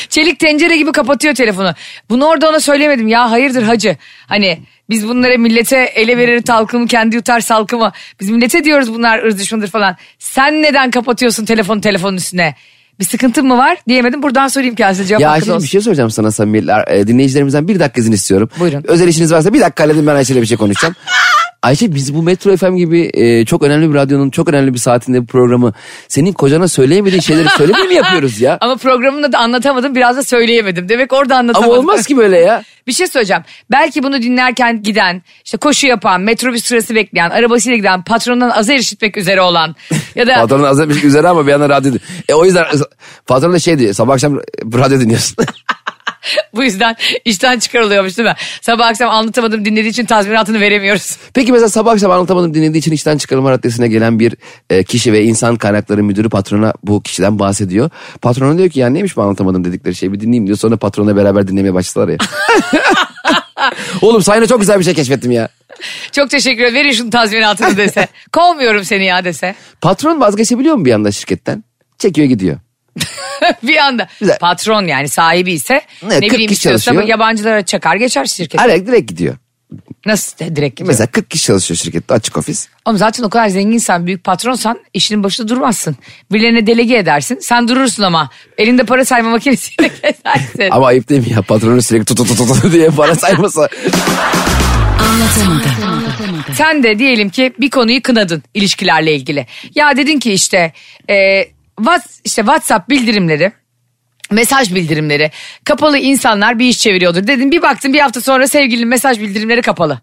[SPEAKER 2] Çelik tencere gibi kapatıyor telefonu. Bunu orada ona söylemedim ya hayırdır hacı. Hani biz bunlara millete ele verir talkımı kendi yutar salkımı. Biz millete diyoruz bunlar ırz düşmanıdır falan. Sen neden kapatıyorsun telefonu telefonun üstüne? Bir sıkıntın mı var diyemedim. Buradan sorayım kendisine cevap
[SPEAKER 3] Ya
[SPEAKER 2] hakkın
[SPEAKER 3] şimdi
[SPEAKER 2] olsun.
[SPEAKER 3] bir şey soracağım sana samimiyetle. Ee, Dinleyicilerimizden bir dakika izin istiyorum.
[SPEAKER 2] Buyurun.
[SPEAKER 3] Özel işiniz varsa bir dakika halledin ben Ayşe'yle bir şey konuşacağım. Ayşe biz bu Metro FM gibi e, çok önemli bir radyonun çok önemli bir saatinde bu programı senin kocana söyleyemediğin şeyleri söylemeye mi yapıyoruz ya?
[SPEAKER 2] Ama programını da anlatamadım biraz da söyleyemedim. Demek orada
[SPEAKER 3] Ama
[SPEAKER 2] anlatamadım.
[SPEAKER 3] olmaz ki böyle ya.
[SPEAKER 2] Bir şey söyleyeceğim. Belki bunu dinlerken giden, işte koşu yapan, metrobüs sırası bekleyen, arabasıyla giden, patronundan azar işitmek üzere olan ya da
[SPEAKER 3] Patronun azalmış üzere ama bir yandan radyo din- E o yüzden patron da şey diyor sabah akşam radyo dinliyorsun.
[SPEAKER 2] bu yüzden işten çıkarılıyormuş değil mi? Sabah akşam anlatamadım dinlediği için tazminatını veremiyoruz.
[SPEAKER 3] Peki mesela sabah akşam anlatamadım dinlediği için işten çıkarılma raddesine gelen bir e, kişi ve insan kaynakları müdürü patrona bu kişiden bahsediyor. Patrona diyor ki ya neymiş bu anlatamadım dedikleri şeyi bir dinleyeyim diyor. Sonra patronla beraber dinlemeye başladılar ya. Oğlum sayına çok güzel bir şey keşfettim ya.
[SPEAKER 2] Çok teşekkür ederim. Verin şunu tazminatını dese. Kovmuyorum seni ya dese.
[SPEAKER 3] Patron vazgeçebiliyor mu bir anda şirketten? Çekiyor gidiyor.
[SPEAKER 2] bir anda.
[SPEAKER 3] Güzel.
[SPEAKER 2] Patron yani sahibi ise
[SPEAKER 3] Evet,
[SPEAKER 2] ne
[SPEAKER 3] 40
[SPEAKER 2] bileyim
[SPEAKER 3] kişi
[SPEAKER 2] istiyorsa
[SPEAKER 3] çalışıyor.
[SPEAKER 2] yabancılara çakar geçer şirket.
[SPEAKER 3] Araya direkt gidiyor.
[SPEAKER 2] Nasıl direkt gidiyor?
[SPEAKER 3] Mesela 40 kişi çalışıyor şirkette açık ofis.
[SPEAKER 2] Ama zaten o kadar zenginsen, büyük patronsan işinin başında durmazsın. Birilerine delege edersin. Sen durursun ama. Elinde para sayma makinesiyle gezersin.
[SPEAKER 3] Ama ayıp değil mi ya patronun sürekli tut tut tut tut diye para sayması.
[SPEAKER 2] Sen de diyelim ki bir konuyu kınadın ilişkilerle ilgili. Ya dedin ki işte, e, Whats- işte WhatsApp bildirimleri mesaj bildirimleri. Kapalı insanlar bir iş çeviriyordur. Dedin bir baktın bir hafta sonra sevgilinin mesaj bildirimleri kapalı.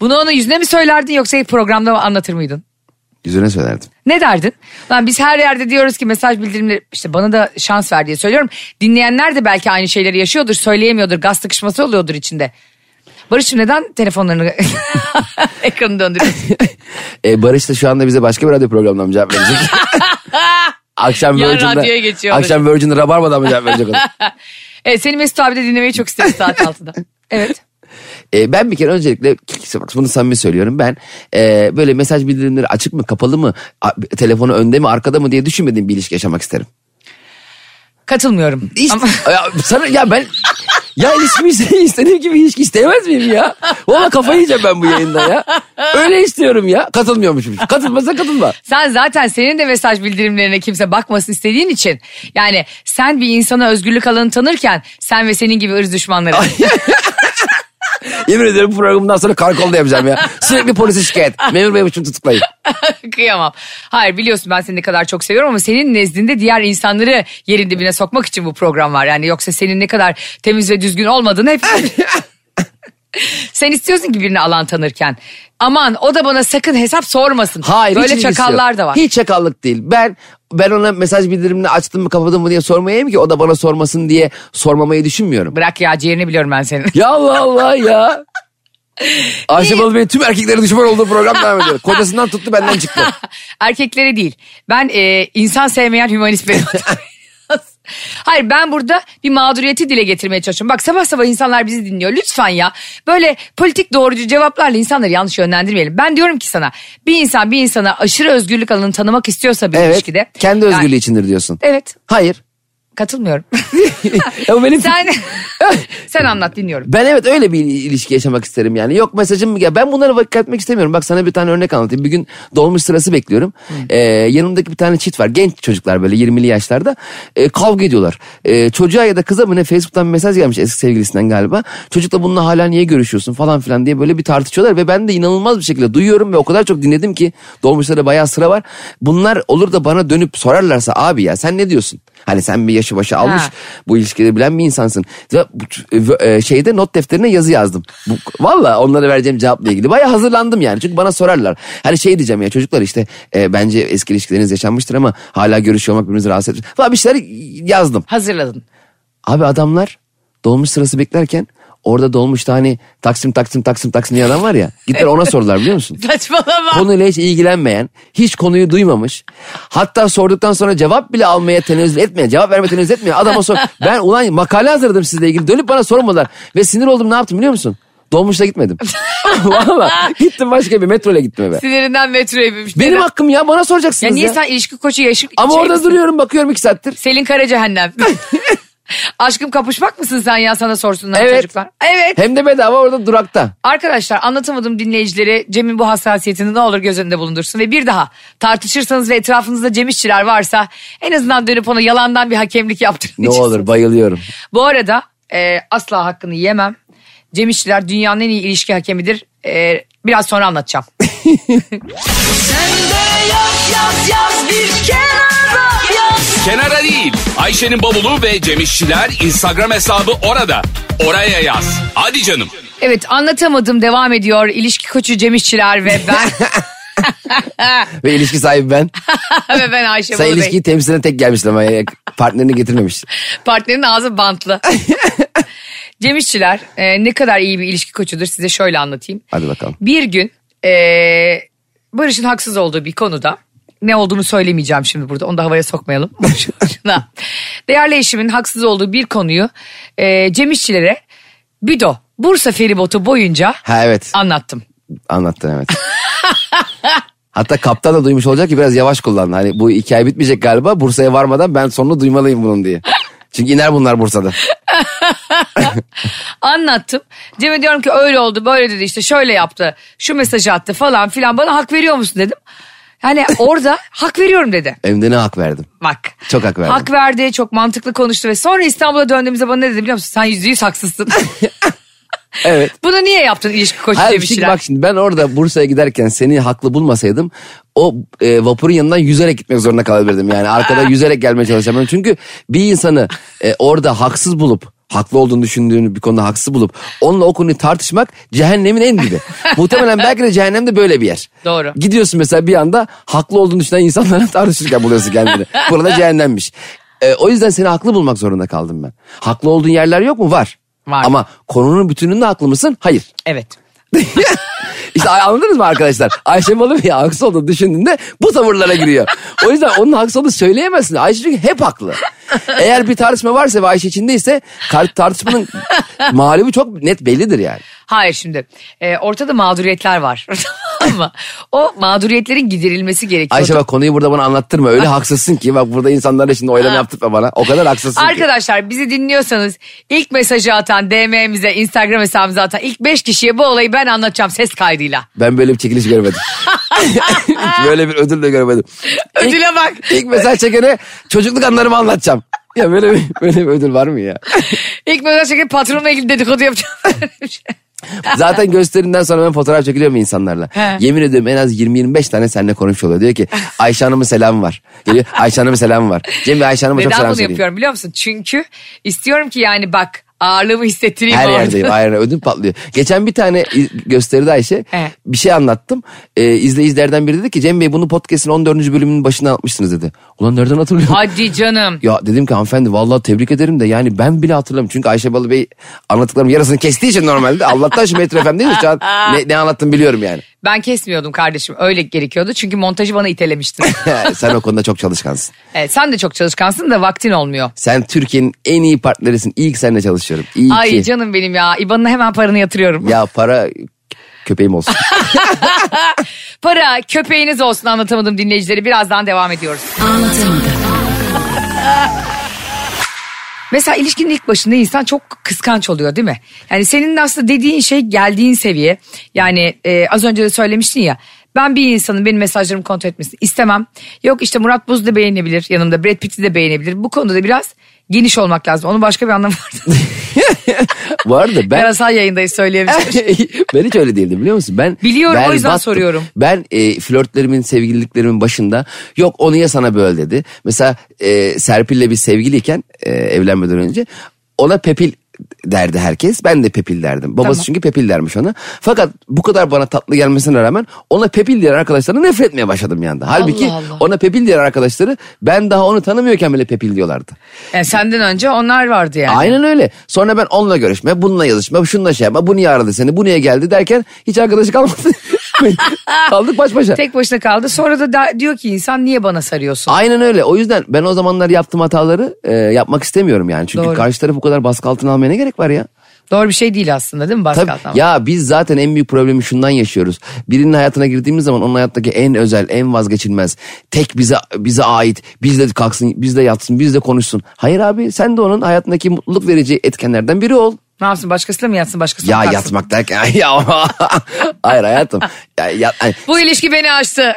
[SPEAKER 2] Bunu onun yüzüne mi söylerdin yoksa ilk programda mı anlatır mıydın?
[SPEAKER 3] Yüzüne söylerdim.
[SPEAKER 2] Ne derdin? Lan biz her yerde diyoruz ki mesaj bildirimleri işte bana da şans ver diye söylüyorum. Dinleyenler de belki aynı şeyleri yaşıyordur, söyleyemiyordur, gaz sıkışması oluyordur içinde. Barış'ım neden telefonlarını ekranı döndürüyorsun?
[SPEAKER 3] E, Barış da şu anda bize başka bir radyo programından mı cevap verecek? akşam
[SPEAKER 2] Yarın radyoya
[SPEAKER 3] Virgin'de,
[SPEAKER 2] geçiyor Barış.
[SPEAKER 3] akşam Virgin'de Rabarba'dan mı cevap verecek? o?
[SPEAKER 2] evet, E, seni Mesut abi de dinlemeyi çok isterim saat 6'da. Evet.
[SPEAKER 3] E, ben bir kere öncelikle bunu samimi söylüyorum. Ben e, böyle mesaj bildirimleri açık mı kapalı mı a- telefonu önde mi arkada mı diye düşünmediğim bir ilişki yaşamak isterim.
[SPEAKER 2] Katılmıyorum.
[SPEAKER 3] Hiç,
[SPEAKER 2] Ama-
[SPEAKER 3] ya, sana, ya ben ya ilişkimi iste- istediğim gibi ilişki isteyemez miyim ya? Valla kafayı yiyeceğim ben bu yayında ya. Öyle istiyorum ya. Katılmıyormuşum. Katılmasa katılma.
[SPEAKER 2] Sen zaten senin de mesaj bildirimlerine kimse bakmasın istediğin için. Yani sen bir insana özgürlük alanı tanırken sen ve senin gibi ırz düşmanları.
[SPEAKER 3] Yemin ederim programından sonra karakolda yapacağım ya. Sürekli polise şikayet. Memur bey için tutuklayın.
[SPEAKER 2] Kıyamam. Hayır biliyorsun ben seni ne kadar çok seviyorum ama senin nezdinde diğer insanları yerin dibine sokmak için bu program var. Yani yoksa senin ne kadar temiz ve düzgün olmadığını hep... Sen istiyorsun ki birini alan tanırken. Aman o da bana sakın hesap sormasın.
[SPEAKER 3] Hayır hiç
[SPEAKER 2] Böyle
[SPEAKER 3] ilgisi
[SPEAKER 2] çakallar
[SPEAKER 3] yok.
[SPEAKER 2] da var.
[SPEAKER 3] Hiç çakallık değil. Ben ben ona mesaj bildirimini açtım mı kapadım mı diye sormayayım ki o da bana sormasın diye sormamayı düşünmüyorum.
[SPEAKER 2] Bırak ya ciğerini biliyorum ben senin.
[SPEAKER 3] Ya vallahi ya. Ayşe Balı Bey tüm erkeklere düşman olduğu program devam ediyor. Kocasından tuttu benden çıktı.
[SPEAKER 2] Erkeklere değil. Ben e, insan sevmeyen hümanist benim. Hayır ben burada bir mağduriyeti dile getirmeye çalışıyorum. Bak sabah sabah insanlar bizi dinliyor. Lütfen ya böyle politik doğrucu cevaplarla insanları yanlış yönlendirmeyelim. Ben diyorum ki sana bir insan bir insana aşırı özgürlük alanını tanımak istiyorsa bir
[SPEAKER 3] Evet.
[SPEAKER 2] ilişkide.
[SPEAKER 3] Kendi
[SPEAKER 2] Yani-
[SPEAKER 3] özgürlüğü içindir diyorsun.
[SPEAKER 2] evet
[SPEAKER 3] Hayır.
[SPEAKER 2] katılmıyorum.
[SPEAKER 3] Ya bu benim
[SPEAKER 2] sen, sen anlat dinliyorum.
[SPEAKER 3] Ben evet öyle bir ilişki yaşamak isterim yani. Yok mesajım mı? gel- Ben bunlara vakit etmek istemiyorum. Bak sana bir tane örnek anlatayım. Bir gün dolmuş sırası bekliyorum. Ee, yanımdaki bir tane çift var. Genç çocuklar böyle 20'li yaşlarda. Ee, kavga ediyorlar. Ee, çocuğa ya da kıza mı ne Facebook'tan bir mesaj gelmiş eski sevgilisinden galiba. Çocukla bununla hala niye görüşüyorsun falan filan diye böyle bir tartışıyorlar. Ve ben de inanılmaz bir şekilde duyuyorum ve o kadar çok dinledim ki. Dolmuşlara bayağı sıra var. Bunlar olur da bana dönüp sorarlarsa abi ya sen ne diyorsun? Hani sen bir yaşı başı almış
[SPEAKER 2] Ha.
[SPEAKER 3] bu ilişkileri bilen bir insansın. Ve bu- e, şeyde not defterine yazı yazdım. Bu- Valla onlara vereceğim cevapla ilgili. Baya hazırlandım yani. Çünkü bana sorarlar. Hani şey diyeceğim ya çocuklar işte e, bence eski ilişkileriniz yaşanmıştır ama hala görüşüyor olmak birbirimizi rahatsız etmiş. Valla bir şeyler yazdım.
[SPEAKER 2] Hazırladın.
[SPEAKER 3] Abi adamlar dolmuş sırası beklerken orada dolmuşta hani taksim taksim taksim taksim diye adam var ya. Gittiler ona sordular biliyor musun?
[SPEAKER 2] Saçmalama.
[SPEAKER 3] konuyla hiç ilgilenmeyen, hiç konuyu duymamış. Hatta sorduktan sonra cevap bile almaya tenezzül etmeyen, cevap vermeye tenezzül etmeyen adama sor. Ben ulan makale hazırladım sizle ilgili dönüp bana sormadılar. Ve sinir oldum ne yaptım biliyor musun? Dolmuşla gitmedim. Valla gittim başka bir metroyla gittim eve.
[SPEAKER 2] Sinirinden metroya binmiş.
[SPEAKER 3] Benim hakkım ya bana
[SPEAKER 2] Ya
[SPEAKER 3] soracaksınız ya.
[SPEAKER 2] niye sen ilişki koçu yaşın?
[SPEAKER 3] Ama
[SPEAKER 2] şey
[SPEAKER 3] orada
[SPEAKER 2] misin?
[SPEAKER 3] duruyorum bakıyorum iki saattir.
[SPEAKER 2] Selin Kara Cehennem. Aşkım kapışmak mısın sen ya sana sorsunlar
[SPEAKER 3] Evet.
[SPEAKER 2] çocuklar. Evet.
[SPEAKER 3] Hem de bedava orada durakta.
[SPEAKER 2] Arkadaşlar anlatamadım dinleyicilere Cem'in bu hassasiyetini ne olur göz önünde bulundursun. Ve bir daha tartışırsanız ve etrafınızda Cem işçiler varsa en azından dönüp ona yalandan bir hakemlik yaptırın.
[SPEAKER 3] Ne olur bayılıyorum.
[SPEAKER 2] Bu arada e, asla hakkını yemem. Cem İşçiler dünyanın en iyi ilişki hakemidir. E, biraz sonra anlatacağım.
[SPEAKER 1] Kenara değil. Ayşe'nin bavulu ve Cemişçiler Instagram hesabı orada. Oraya yaz. Hadi canım.
[SPEAKER 2] Evet anlatamadım devam ediyor. İlişki koçu Cem İşçiler ve ben
[SPEAKER 3] Ve ilişki sahibi ben.
[SPEAKER 2] ve ben Ayşe Balı
[SPEAKER 3] Sen
[SPEAKER 2] Bey.
[SPEAKER 3] ilişkiyi temsilen tek gelmişsin ama ya, partnerini getirmemiş.
[SPEAKER 2] Partnerin ağzı bantlı. Cem İşçiler e, ne kadar iyi bir ilişki koçudur size şöyle anlatayım.
[SPEAKER 3] Hadi bakalım.
[SPEAKER 2] Bir gün e, Barış'ın haksız olduğu bir konuda ne olduğunu söylemeyeceğim şimdi burada onu da havaya sokmayalım. Boşuna. Değerli eşimin haksız olduğu bir konuyu e, Cem İşçilere Bido Bursa feribotu boyunca
[SPEAKER 3] Ha evet.
[SPEAKER 2] anlattım.
[SPEAKER 3] Anlattın evet. Hatta kaptan da duymuş olacak ki biraz yavaş kullan. Hani bu hikaye bitmeyecek galiba. Bursa'ya varmadan ben sonunu duymalıyım bunun diye. Çünkü iner bunlar Bursa'da.
[SPEAKER 2] Anlattım. Cem'e diyorum ki öyle oldu böyle dedi işte şöyle yaptı şu mesajı attı falan filan bana hak veriyor musun dedim. Yani orada hak veriyorum dedi.
[SPEAKER 3] Hem de ne hak verdim.
[SPEAKER 2] Bak.
[SPEAKER 3] Çok hak verdim.
[SPEAKER 2] Hak verdi, çok mantıklı konuştu ve sonra İstanbul'a döndüğümüzde bana ne dedi biliyor musun? Sen yüzde yüz haksızsın.
[SPEAKER 3] Evet.
[SPEAKER 2] Bunu niye yaptın ilişki koçu
[SPEAKER 3] Hayır
[SPEAKER 2] demişler.
[SPEAKER 3] çünkü şey- bak şimdi ben orada Bursa'ya giderken seni haklı bulmasaydım o e, vapurun yanından yüzerek gitmek zorunda kalabilirdim. Yani arkada yüzerek gelmeye çalışacağım. Çünkü bir insanı e, orada haksız bulup haklı olduğunu düşündüğünü bir konuda haksız bulup onunla o konuyu tartışmak cehennemin en dibi. Muhtemelen belki de cehennemde böyle bir yer.
[SPEAKER 2] Doğru.
[SPEAKER 3] Gidiyorsun mesela bir anda haklı olduğunu düşünen insanlara tartışırken buluyorsun kendini. Burada cehennemmiş. E, o yüzden seni haklı bulmak zorunda kaldım ben. Haklı olduğun yerler yok mu? Var.
[SPEAKER 2] Var.
[SPEAKER 3] Ama konunun bütününde haklı mısın? Hayır.
[SPEAKER 2] Evet.
[SPEAKER 3] İşte anladınız mı arkadaşlar? Ayşe Malı Bey haksız olduğunu düşündüğünde bu tavırlara giriyor. O yüzden onun haksız olduğunu söyleyemezsin. Ayşe çünkü hep haklı. Eğer bir tartışma varsa ve Ayşe içindeyse kar- tartışmanın mağlubu çok net bellidir yani.
[SPEAKER 2] Hayır şimdi e, ortada mağduriyetler var. tamam mı? O mağduriyetlerin giderilmesi gerekiyor.
[SPEAKER 3] Ayşe bak konuyu burada bana anlattırma. Öyle haksızsın ki bak burada insanlarla şimdi oylama
[SPEAKER 2] Ha.
[SPEAKER 3] yaptırtma bana. O kadar haksızsın ki.
[SPEAKER 2] Arkadaşlar bizi dinliyorsanız ilk mesajı atan DM'mize Instagram hesabımıza atan ilk 5 kişiye bu olayı ben anlatacağım ses kaydıyla.
[SPEAKER 3] Ben böyle bir çekiliş görmedim. böyle bir ödül de görmedim.
[SPEAKER 2] Ödüle bak.
[SPEAKER 3] İlk mesaj çekene çocukluk anılarımı anlatacağım. Ya böyle bir, böyle bir ödül var mı ya?
[SPEAKER 2] İlk mesaj çekip patronla ilgili dedikodu yapacağım.
[SPEAKER 3] Zaten gösterimden sonra ben fotoğraf çekiliyorum insanlarla.
[SPEAKER 2] He.
[SPEAKER 3] Yemin ediyorum en az 20-25 tane seninle konuşmuş oluyor. Diyor ki Ayşe Hanım'ın selamı var. Geliyor Ayşe Hanım'ın selamı var. Cem Bey Ayşe Hanım'a çok
[SPEAKER 2] Neden
[SPEAKER 3] selam
[SPEAKER 2] bunu
[SPEAKER 3] söyleyeyim.
[SPEAKER 2] yapıyorum biliyor musun? Çünkü istiyorum ki yani bak ağırlığımı hissettireyim.
[SPEAKER 3] Her
[SPEAKER 2] orada.
[SPEAKER 3] yerdeyim. Aynen ödüm patlıyor. Geçen bir tane iz- gösteride Ayşe
[SPEAKER 2] Evet.
[SPEAKER 3] bir şey anlattım. Ee, izleyicilerden biri dedi ki Cem Bey bunu podcast'in 14. bölümünün başına atmışsınız dedi. Ulan nereden hatırlıyorum?
[SPEAKER 2] Hadi canım.
[SPEAKER 3] Ya dedim ki hanımefendi vallahi tebrik ederim de yani ben bile hatırlamıyorum. Çünkü Ayşe Balı Bey anlattıklarımın yarısını kestiği için normalde. Allah'tan şu Metro FM değil mi? Şu an ne, ne anlattım biliyorum yani.
[SPEAKER 2] Ben kesmiyordum kardeşim öyle gerekiyordu çünkü montajı bana itelemiştin.
[SPEAKER 3] Sen o konuda çok çalışkansın.
[SPEAKER 2] evet, sen de çok çalışkansın da vaktin olmuyor.
[SPEAKER 3] Sen Türkiye'nin en iyi partnerisin. İyi ki seninle çalışıyorum. İyi
[SPEAKER 2] Ay
[SPEAKER 3] ki.
[SPEAKER 2] canım benim ya İban'ına hemen paranı yatırıyorum.
[SPEAKER 3] Ya para köpeğim olsun.
[SPEAKER 2] Para köpeğiniz olsun anlatamadım dinleyicileri birazdan devam ediyoruz. Mesela ilişkinin ilk başında insan çok kıskanç oluyor değil mi? Yani senin aslında dediğin şey geldiğin seviye. Yani e, az önce de söylemiştin ya. Ben bir insanın benim mesajlarımı kontrol etmesini istemem. Yok işte Murat Buz da beğenebilir yanımda. Brad Pitt'i de beğenebilir. Bu konuda da biraz geniş olmak lazım. Onun başka bir anlamı var.
[SPEAKER 3] Bu arada ben... Eh.
[SPEAKER 2] Yarasal yayındayız söyleyebilirim.
[SPEAKER 3] Şey, ben hiç öyle değildim biliyor musun? Ben
[SPEAKER 2] Biliyorum, o yüzden
[SPEAKER 3] berbattım.
[SPEAKER 2] soruyorum.
[SPEAKER 3] Ben e, flörtlerimin, sevgililiklerimin başında yok onu ya sana böyle dedi. Mesela e, Serpil'le bir sevgiliyken e, evlenmeden önce ona Pepil derdi herkes. Ben de Pepil derdim. Babası
[SPEAKER 2] Tamam.
[SPEAKER 3] çünkü Pepil dermiş ona. Fakat bu kadar bana tatlı gelmesine rağmen ona Pepil diyen arkadaşlarına nefret etmeye başladım bir anda. Halbuki
[SPEAKER 2] Allah Allah.
[SPEAKER 3] ona Pepil diyen arkadaşları ben daha onu tanımıyorken bile Pepil diyorlardı.
[SPEAKER 2] Yani senden önce onlar vardı yani.
[SPEAKER 3] Aynen öyle. Sonra ben onunla görüşme, bununla yazışma, şununla şey yapma, bu niye aradı seni, bu niye geldi derken hiç arkadaşı kalmadı. Kaldık baş başa.
[SPEAKER 2] Tek başına kaldı. Sonra da, da diyor ki insan niye bana sarıyorsun?
[SPEAKER 3] Aynen öyle. O yüzden ben o zamanlar yaptığım hataları e, yapmak istemiyorum yani. Çünkü
[SPEAKER 2] Doğru.
[SPEAKER 3] karşı tarafı bu kadar baskı altına almaya ne gerek var ya?
[SPEAKER 2] Doğru bir şey değil aslında değil mi Pascal?
[SPEAKER 3] Tabii.
[SPEAKER 2] Tamam.
[SPEAKER 3] Ya biz zaten en büyük problemi şundan yaşıyoruz. Birinin hayatına girdiğimiz zaman onun hayattaki en özel, en vazgeçilmez, tek bize bize ait, bizle kalksın, bizle yatsın, bizle konuşsun. Hayır abi sen de onun hayatındaki mutluluk verici etkenlerden biri ol.
[SPEAKER 2] Ne yapsın başkasıyla mı yatsın başkasıyla
[SPEAKER 3] Ya
[SPEAKER 2] mı kalsın?
[SPEAKER 3] yatmak derken ya ama- hayır hayatım. Ya, ya- ay,
[SPEAKER 2] Bu ilişki beni açtı.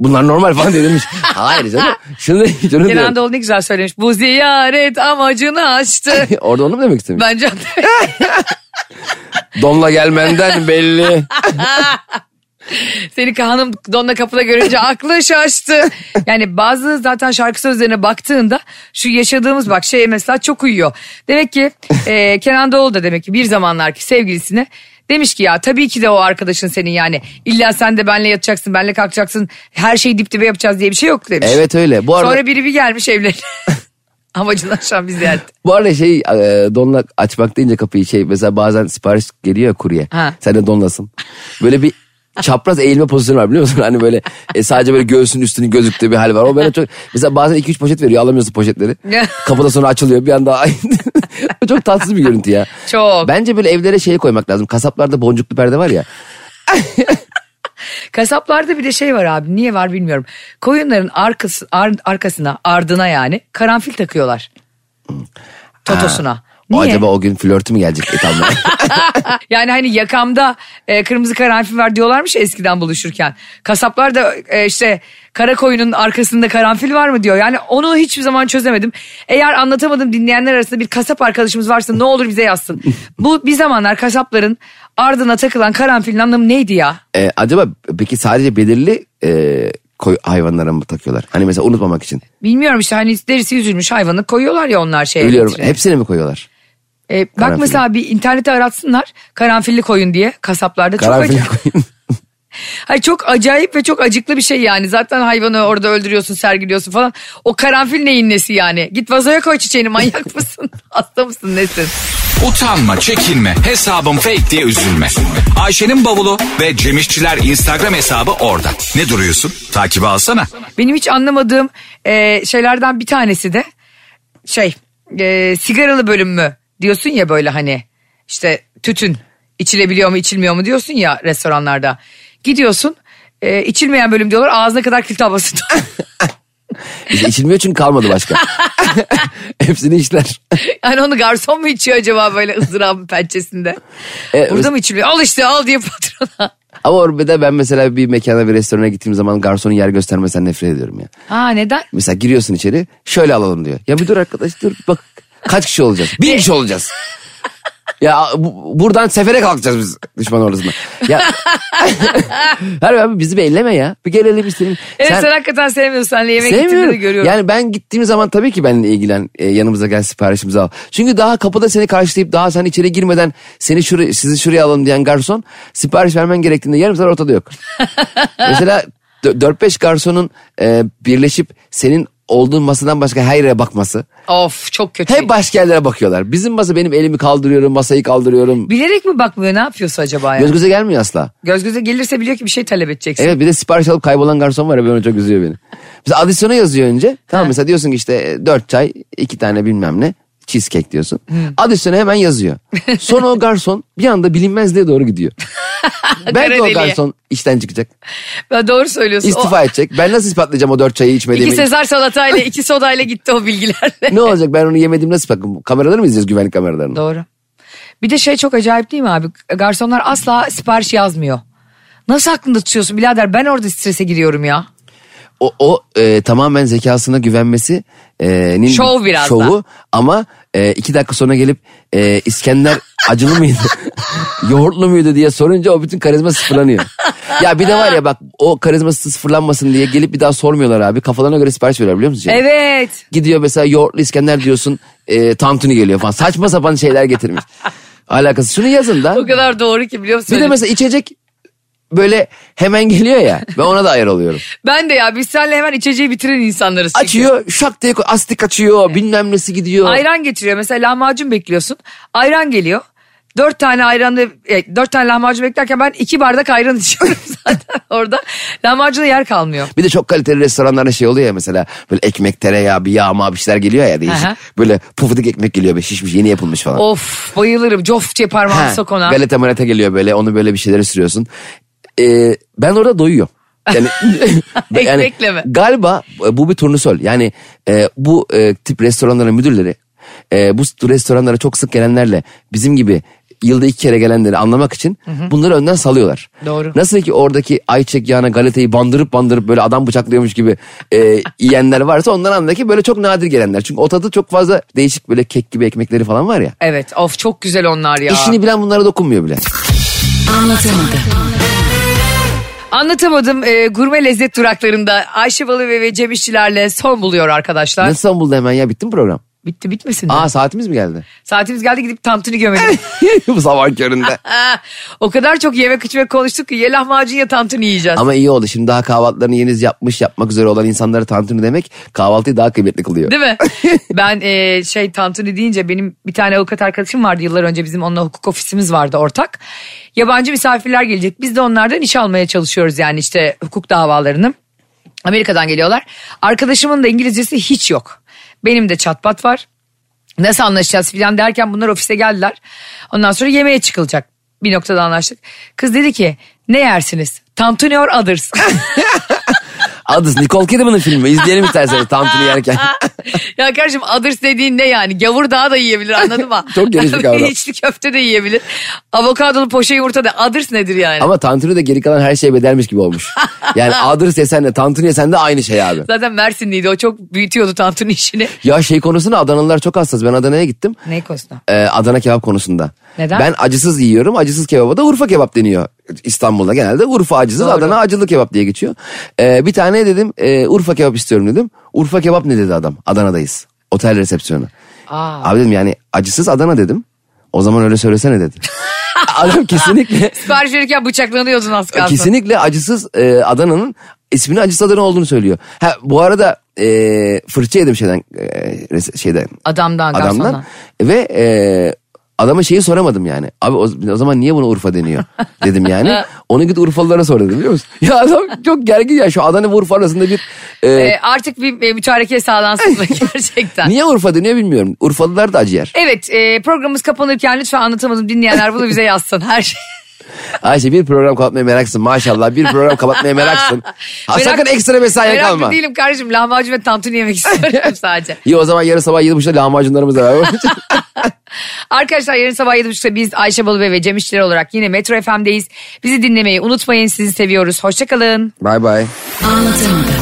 [SPEAKER 3] bunlar normal falan denilmiş. Hayır canım. Şunu, şunu
[SPEAKER 2] Kenan
[SPEAKER 3] diyorum.
[SPEAKER 2] Doğulu ne güzel söylemiş. Bu ziyaret amacını açtı.
[SPEAKER 3] Orada onu mu demek istemiyorum?
[SPEAKER 2] Bence
[SPEAKER 3] Donla gelmenden belli.
[SPEAKER 2] seni hanım donla kapıda görünce aklı şaştı. Yani bazı zaten şarkı sözlerine baktığında şu yaşadığımız bak şey mesela çok uyuyor. Demek ki e, Kenan Doğulu da demek ki bir zamanlarki sevgilisine demiş ki ya tabii ki de o arkadaşın senin yani. İlla sen de benle yatacaksın benle kalkacaksın her şeyi dip dibe yapacağız diye bir şey yok demiş.
[SPEAKER 3] Evet öyle. Bu arada,
[SPEAKER 2] Sonra biri bir gelmiş evlen. Amacını aşan bir ziyaret.
[SPEAKER 3] bu arada şey e, donla açmak deyince kapıyı şey mesela bazen sipariş geliyor ya kurye.
[SPEAKER 2] Ha.
[SPEAKER 3] Sen de donlasın. Böyle bir çapraz eğilme pozisyonu var biliyor musun? Hani böyle e, sadece böyle göğsünün üstünün gözüktüğü bir hal var. O böyle çok mesela bazen 2-3 poşet veriyor alamıyorsun poşetleri. Kapıda sonra açılıyor bir anda. çok tatsız bir görüntü ya.
[SPEAKER 2] Çok.
[SPEAKER 3] Bence böyle evlere şey koymak lazım. Kasaplarda boncuklu perde var ya.
[SPEAKER 2] Kasaplarda bir de şey var abi niye var bilmiyorum. Koyunların arkası, ar- arkasına ardına yani karanfil takıyorlar. Totosuna.
[SPEAKER 3] O
[SPEAKER 2] Niye?
[SPEAKER 3] acaba o gün flörtü mü gelecek E, et almaya?
[SPEAKER 2] Yani hani yakamda e, kırmızı karanfil var diyorlarmış ya eskiden buluşurken. Kasaplar da e, işte kara koyunun arkasında karanfil var mı diyor. Yani onu hiçbir zaman çözemedim. Eğer anlatamadım dinleyenler arasında bir kasap arkadaşımız varsa ne olur bize yazsın. Bu bir zamanlar kasapların ardına takılan karanfilin anlamı neydi ya?
[SPEAKER 3] E, acaba peki sadece belirli e, koy, hayvanlara mı takıyorlar? Hani mesela unutmamak için.
[SPEAKER 2] Bilmiyorum işte hani derisi yüzülmüş hayvanı koyuyorlar ya onlar şeye.
[SPEAKER 3] Biliyorum
[SPEAKER 2] vitrine.
[SPEAKER 3] hepsini mi koyuyorlar?
[SPEAKER 2] E, bak
[SPEAKER 3] Karanfil.
[SPEAKER 2] mesela bir internete aratsınlar karanfilli koyun diye kasaplarda.
[SPEAKER 3] Karanfil
[SPEAKER 2] çok acayip. Hayır, çok acayip ve çok acıklı bir şey yani. Zaten hayvanı orada öldürüyorsun, sergiliyorsun falan. O karanfil neyin nesi yani? Git vazoya koy çiçeğini manyak mısın? Hasta mısın nesin?
[SPEAKER 1] Utanma, çekinme, hesabım fake diye üzülme. Ayşe'nin bavulu ve Cemişçiler Instagram hesabı orada. Ne duruyorsun? Takibi alsana.
[SPEAKER 2] Benim hiç anlamadığım e, şeylerden bir tanesi de şey e, sigaralı bölüm mü diyorsun ya böyle hani işte tütün içilebiliyor mu içilmiyor mu diyorsun ya restoranlarda. Gidiyorsun e, içilmeyen bölüm diyorlar ağzına kadar kül tabası.
[SPEAKER 3] İşte içilmiyor çünkü kalmadı başka. Hepsini işler.
[SPEAKER 2] yani onu garson mu içiyor acaba böyle ızdırabın pençesinde?
[SPEAKER 3] E,
[SPEAKER 2] Burada mı içiliyor? Al işte al diye patrona.
[SPEAKER 3] Ama orbede ben mesela bir mekana bir restorana gittiğim zaman garsonun yer göstermesinden nefret ediyorum ya.
[SPEAKER 2] Aa neden?
[SPEAKER 3] Mesela giriyorsun içeri şöyle alalım diyor. Ya bir dur arkadaş dur bak kaç kişi olacağız? Bin kişi olacağız. Ya bu- buradan sefere kalkacağız biz düşman ordusuna. Ya Harbi abi bizi bir elleme ya. Bir gelelim istedim.
[SPEAKER 2] Evet sen, hakikaten sevmiyorsun. Hani yemek gittiğinde
[SPEAKER 3] Sevmiyorum.
[SPEAKER 2] de görüyorum.
[SPEAKER 3] Yani ben gittiğim zaman tabii ki benimle ilgilen e, yanımıza gel siparişimizi al. Çünkü daha kapıda seni karşılayıp daha sen içeri girmeden seni şuraya, sizi şuraya alın diyen garson sipariş vermen gerektiğinde yarım saat ortada yok. Mesela dö- 4-5 garsonun e, birleşip senin olduğun masadan başka her yere bakması.
[SPEAKER 2] Of çok kötü. şey.
[SPEAKER 3] Hep başka yerlere bakıyorlar. Bizim masa benim elimi kaldırıyorum, masayı kaldırıyorum.
[SPEAKER 2] Bilerek mi bakmıyor ne yapıyorsa acaba ya?
[SPEAKER 3] Göz göze gelmiyor asla.
[SPEAKER 2] Göz göze gelirse biliyor ki bir şey talep edeceksin.
[SPEAKER 3] Evet bir de sipariş alıp kaybolan garson var ya böyle çok üzüyor beni. Mesela adisyonu yazıyor önce. Tamam mesela diyorsun ki işte e, dört çay iki tane bilmem ne cheesecake diyorsun. Adisyonu hemen yazıyor. Sonra o garson bir anda bilinmezliğe doğru gidiyor. Belki o
[SPEAKER 2] Karadeli'ye.
[SPEAKER 3] garson işten çıkacak.
[SPEAKER 2] Ya Doğru söylüyorsun.
[SPEAKER 3] istifa edecek. Ben nasıl ispatlayacağım o dört çayı
[SPEAKER 2] o, iki
[SPEAKER 3] içmediğimi?
[SPEAKER 2] Sezar salatayla iki sodayla gitti o bilgilerle.
[SPEAKER 3] ne olacak ben onu yemedim nasıl bakın? Kameraları mı izleyeceğiz güvenlik kameralarını?
[SPEAKER 2] Doğru. Bir de şey çok acayip değil mi abi? Garsonlar asla sipariş yazmıyor. Nasıl aklında tutuyorsun birader ben orada strese giriyorum ya.
[SPEAKER 3] O, o e, tamamen zekasına güvenmesi. E, nin-
[SPEAKER 2] Şov biraz
[SPEAKER 3] Şovu ama e, iki dakika sonra gelip e, İskender acılı mıydı? Yoğurtlu muydu diye sorunca o bütün karizma sıfırlanıyor. ya bir de var ya bak o karizması sıfırlanmasın diye gelip bir daha sormuyorlar abi. Kafalarına göre sipariş veriyorlar biliyor musun? Şey?
[SPEAKER 2] Evet.
[SPEAKER 3] Gidiyor mesela yoğurtlu İskender diyorsun e, tantuni geliyor falan. Saçma sapan şeyler getirmiş. Alakası şunu yazın da.
[SPEAKER 2] O kadar doğru ki biliyor musun?
[SPEAKER 3] Bir de
[SPEAKER 2] Öyle-
[SPEAKER 3] mesela içecek böyle hemen geliyor ya. Ben ona da ayar oluyorum.
[SPEAKER 2] Ben de ya biz seninle hemen içeceği bitiren insanlarız. çünkü.
[SPEAKER 3] Açıyor şak diye koy- astik açıyor bilmem nesi gidiyor.
[SPEAKER 2] Ayran getiriyor mesela lahmacun bekliyorsun. Ayran geliyor. Dört tane ayranı, e, dört tane lahmacun beklerken ben iki bardak ayran içiyorum zaten orada. Lahmacuna yer kalmıyor.
[SPEAKER 3] Bir de çok kaliteli restoranlarda şey oluyor ya mesela böyle ekmek tereyağı bir yağma bir şeyler geliyor ya değişik.
[SPEAKER 2] Aha.
[SPEAKER 3] Böyle pufuduk ekmek geliyor be şişmiş yeni yapılmış falan.
[SPEAKER 2] Of bayılırım. Cof diye parmağımı
[SPEAKER 3] Ha,
[SPEAKER 2] sok ona.
[SPEAKER 3] Galeta maleta geliyor böyle onu böyle bir şeylere sürüyorsun. Ee, ben orada doyuyorum. Yani,
[SPEAKER 2] Ekmekle mi?
[SPEAKER 3] Galiba bu bir turnusol. Yani e, bu e, tip restoranların müdürleri e, bu restoranlara çok sık gelenlerle bizim gibi yılda iki kere gelenleri anlamak için bunları önden salıyorlar.
[SPEAKER 2] Doğru.
[SPEAKER 3] Nasıl ki oradaki ayçek yağına galetayı bandırıp bandırıp böyle adam bıçaklıyormuş gibi e, yiyenler varsa ondan andaki böyle çok nadir gelenler. Çünkü o tadı çok fazla değişik böyle kek gibi ekmekleri falan var ya.
[SPEAKER 2] Evet of çok güzel onlar ya.
[SPEAKER 3] İşini bilen bunlara dokunmuyor bile.
[SPEAKER 2] Anlatamadım e, gurme lezzet duraklarında Ayşe Balı ve Cem İşçilerle son buluyor arkadaşlar.
[SPEAKER 3] Nasıl İstanbul'da hemen ya bitti mi program?
[SPEAKER 2] Bitti bitmesin. de.
[SPEAKER 3] Aa saatimiz mi geldi?
[SPEAKER 2] Saatimiz geldi gidip tantuni gömelim.
[SPEAKER 3] Bu sabah köründe.
[SPEAKER 2] Ah, o kadar çok yemek içmek konuştuk ki ya lahmacun ya tantuni yiyeceğiz.
[SPEAKER 3] Ama iyi oldu şimdi daha kahvaltılarını yeniz yapmış yapmak üzere olan insanlara tantuni demek kahvaltıyı daha kıymetli kılıyor.
[SPEAKER 2] Değil mi? ben e, şey tantuni deyince benim bir tane avukat arkadaşım vardı yıllar önce bizim onunla hukuk ofisimiz vardı ortak. Yabancı misafirler gelecek. Biz de onlardan iş almaya çalışıyoruz yani işte hukuk davalarını. Amerika'dan geliyorlar. Arkadaşımın da İngilizcesi hiç yok. Benim de çatpat var. Nasıl anlaşacağız filan derken bunlar ofise geldiler. Ondan sonra yemeğe çıkılacak. Bir noktada anlaştık. Kız dedi ki ne yersiniz? Tantuni or others.
[SPEAKER 3] Adı Nicole Kidman'ın filmi izleyelim isterseniz tantuni yerken.
[SPEAKER 2] ya kardeşim others dediğin ne yani? Gavur daha da yiyebilir anladın mı?
[SPEAKER 3] Çok geniş bir kavram.
[SPEAKER 2] İçli köfte de yiyebilir. Avokadolu poşe yumurta da others nedir yani?
[SPEAKER 3] Ama tantuni de geri kalan her şeye bedelmiş gibi olmuş. Yani adres yesen de tantuni yesen de aynı şey abi.
[SPEAKER 2] Zaten Mersinliydi o çok büyütüyordu tantuni işini.
[SPEAKER 3] Ya şey konusunda Adanalılar çok hassas. Ben Adana'ya gittim.
[SPEAKER 2] Ne kosta?
[SPEAKER 3] Ee, Adana kebap konusunda.
[SPEAKER 2] Neden?
[SPEAKER 3] Ben acısız yiyorum. Acısız kebaba da Urfa kebap deniyor. İstanbul'da genelde Urfa acısız,
[SPEAKER 2] Doğru.
[SPEAKER 3] Adana acılı kebap diye geçiyor. Ee, bir tane dedim e, Urfa kebap istiyorum dedim. Urfa kebap ne dedi adam? Adana'dayız. Otel resepsiyonu.
[SPEAKER 2] Aa.
[SPEAKER 3] Abi dedim yani acısız Adana dedim. O zaman öyle söylesene dedi. adam kesinlikle
[SPEAKER 2] Sipariş verirken bıçaklanıyordun az kalsın.
[SPEAKER 3] Kesinlikle acısız e, Adana'nın isminin acısız Adana olduğunu söylüyor. Ha, bu arada e, fırça yedim şeyden, e, res- şeyden
[SPEAKER 2] Adamdan, garsondan.
[SPEAKER 3] adamdan ve e, adama şeyi soramadım yani. Abi o, o zaman niye buna Urfa deniyor dedim yani. Onu git Urfalılara sor dedim biliyor musun? Ya adam çok gergin ya şu Adana ve Urfa arasında bir... e,
[SPEAKER 2] Ee, artık bir e, mütareke sağlansın gerçekten.
[SPEAKER 3] niye Urfa deniyor bilmiyorum. Urfalılar da acı yer.
[SPEAKER 2] Evet e, programımız kapanırken lütfen anlatamadım dinleyenler bunu bize yazsın her şey.
[SPEAKER 3] Ayşe bir program kapatmaya meraksın maşallah. Bir program kapatmaya meraksın. Ha,
[SPEAKER 2] Merak-
[SPEAKER 3] sakın ekstra mesaiye
[SPEAKER 2] Meraklı
[SPEAKER 3] kalma.
[SPEAKER 2] değilim kardeşim lahmacun ve tantuni yemek istiyorum sadece.
[SPEAKER 3] İyi o zaman yarın sabah yedi buçukta lahmacunlarımızla beraber.
[SPEAKER 2] Arkadaşlar yarın sabah 7.30'da biz Ayşe Balıbey ve Cem İşçiler olarak yine Metro FM'deyiz. Bizi dinlemeyi unutmayın sizi seviyoruz. Hoşçakalın.
[SPEAKER 3] bye bye.
[SPEAKER 5] Anlatamadım.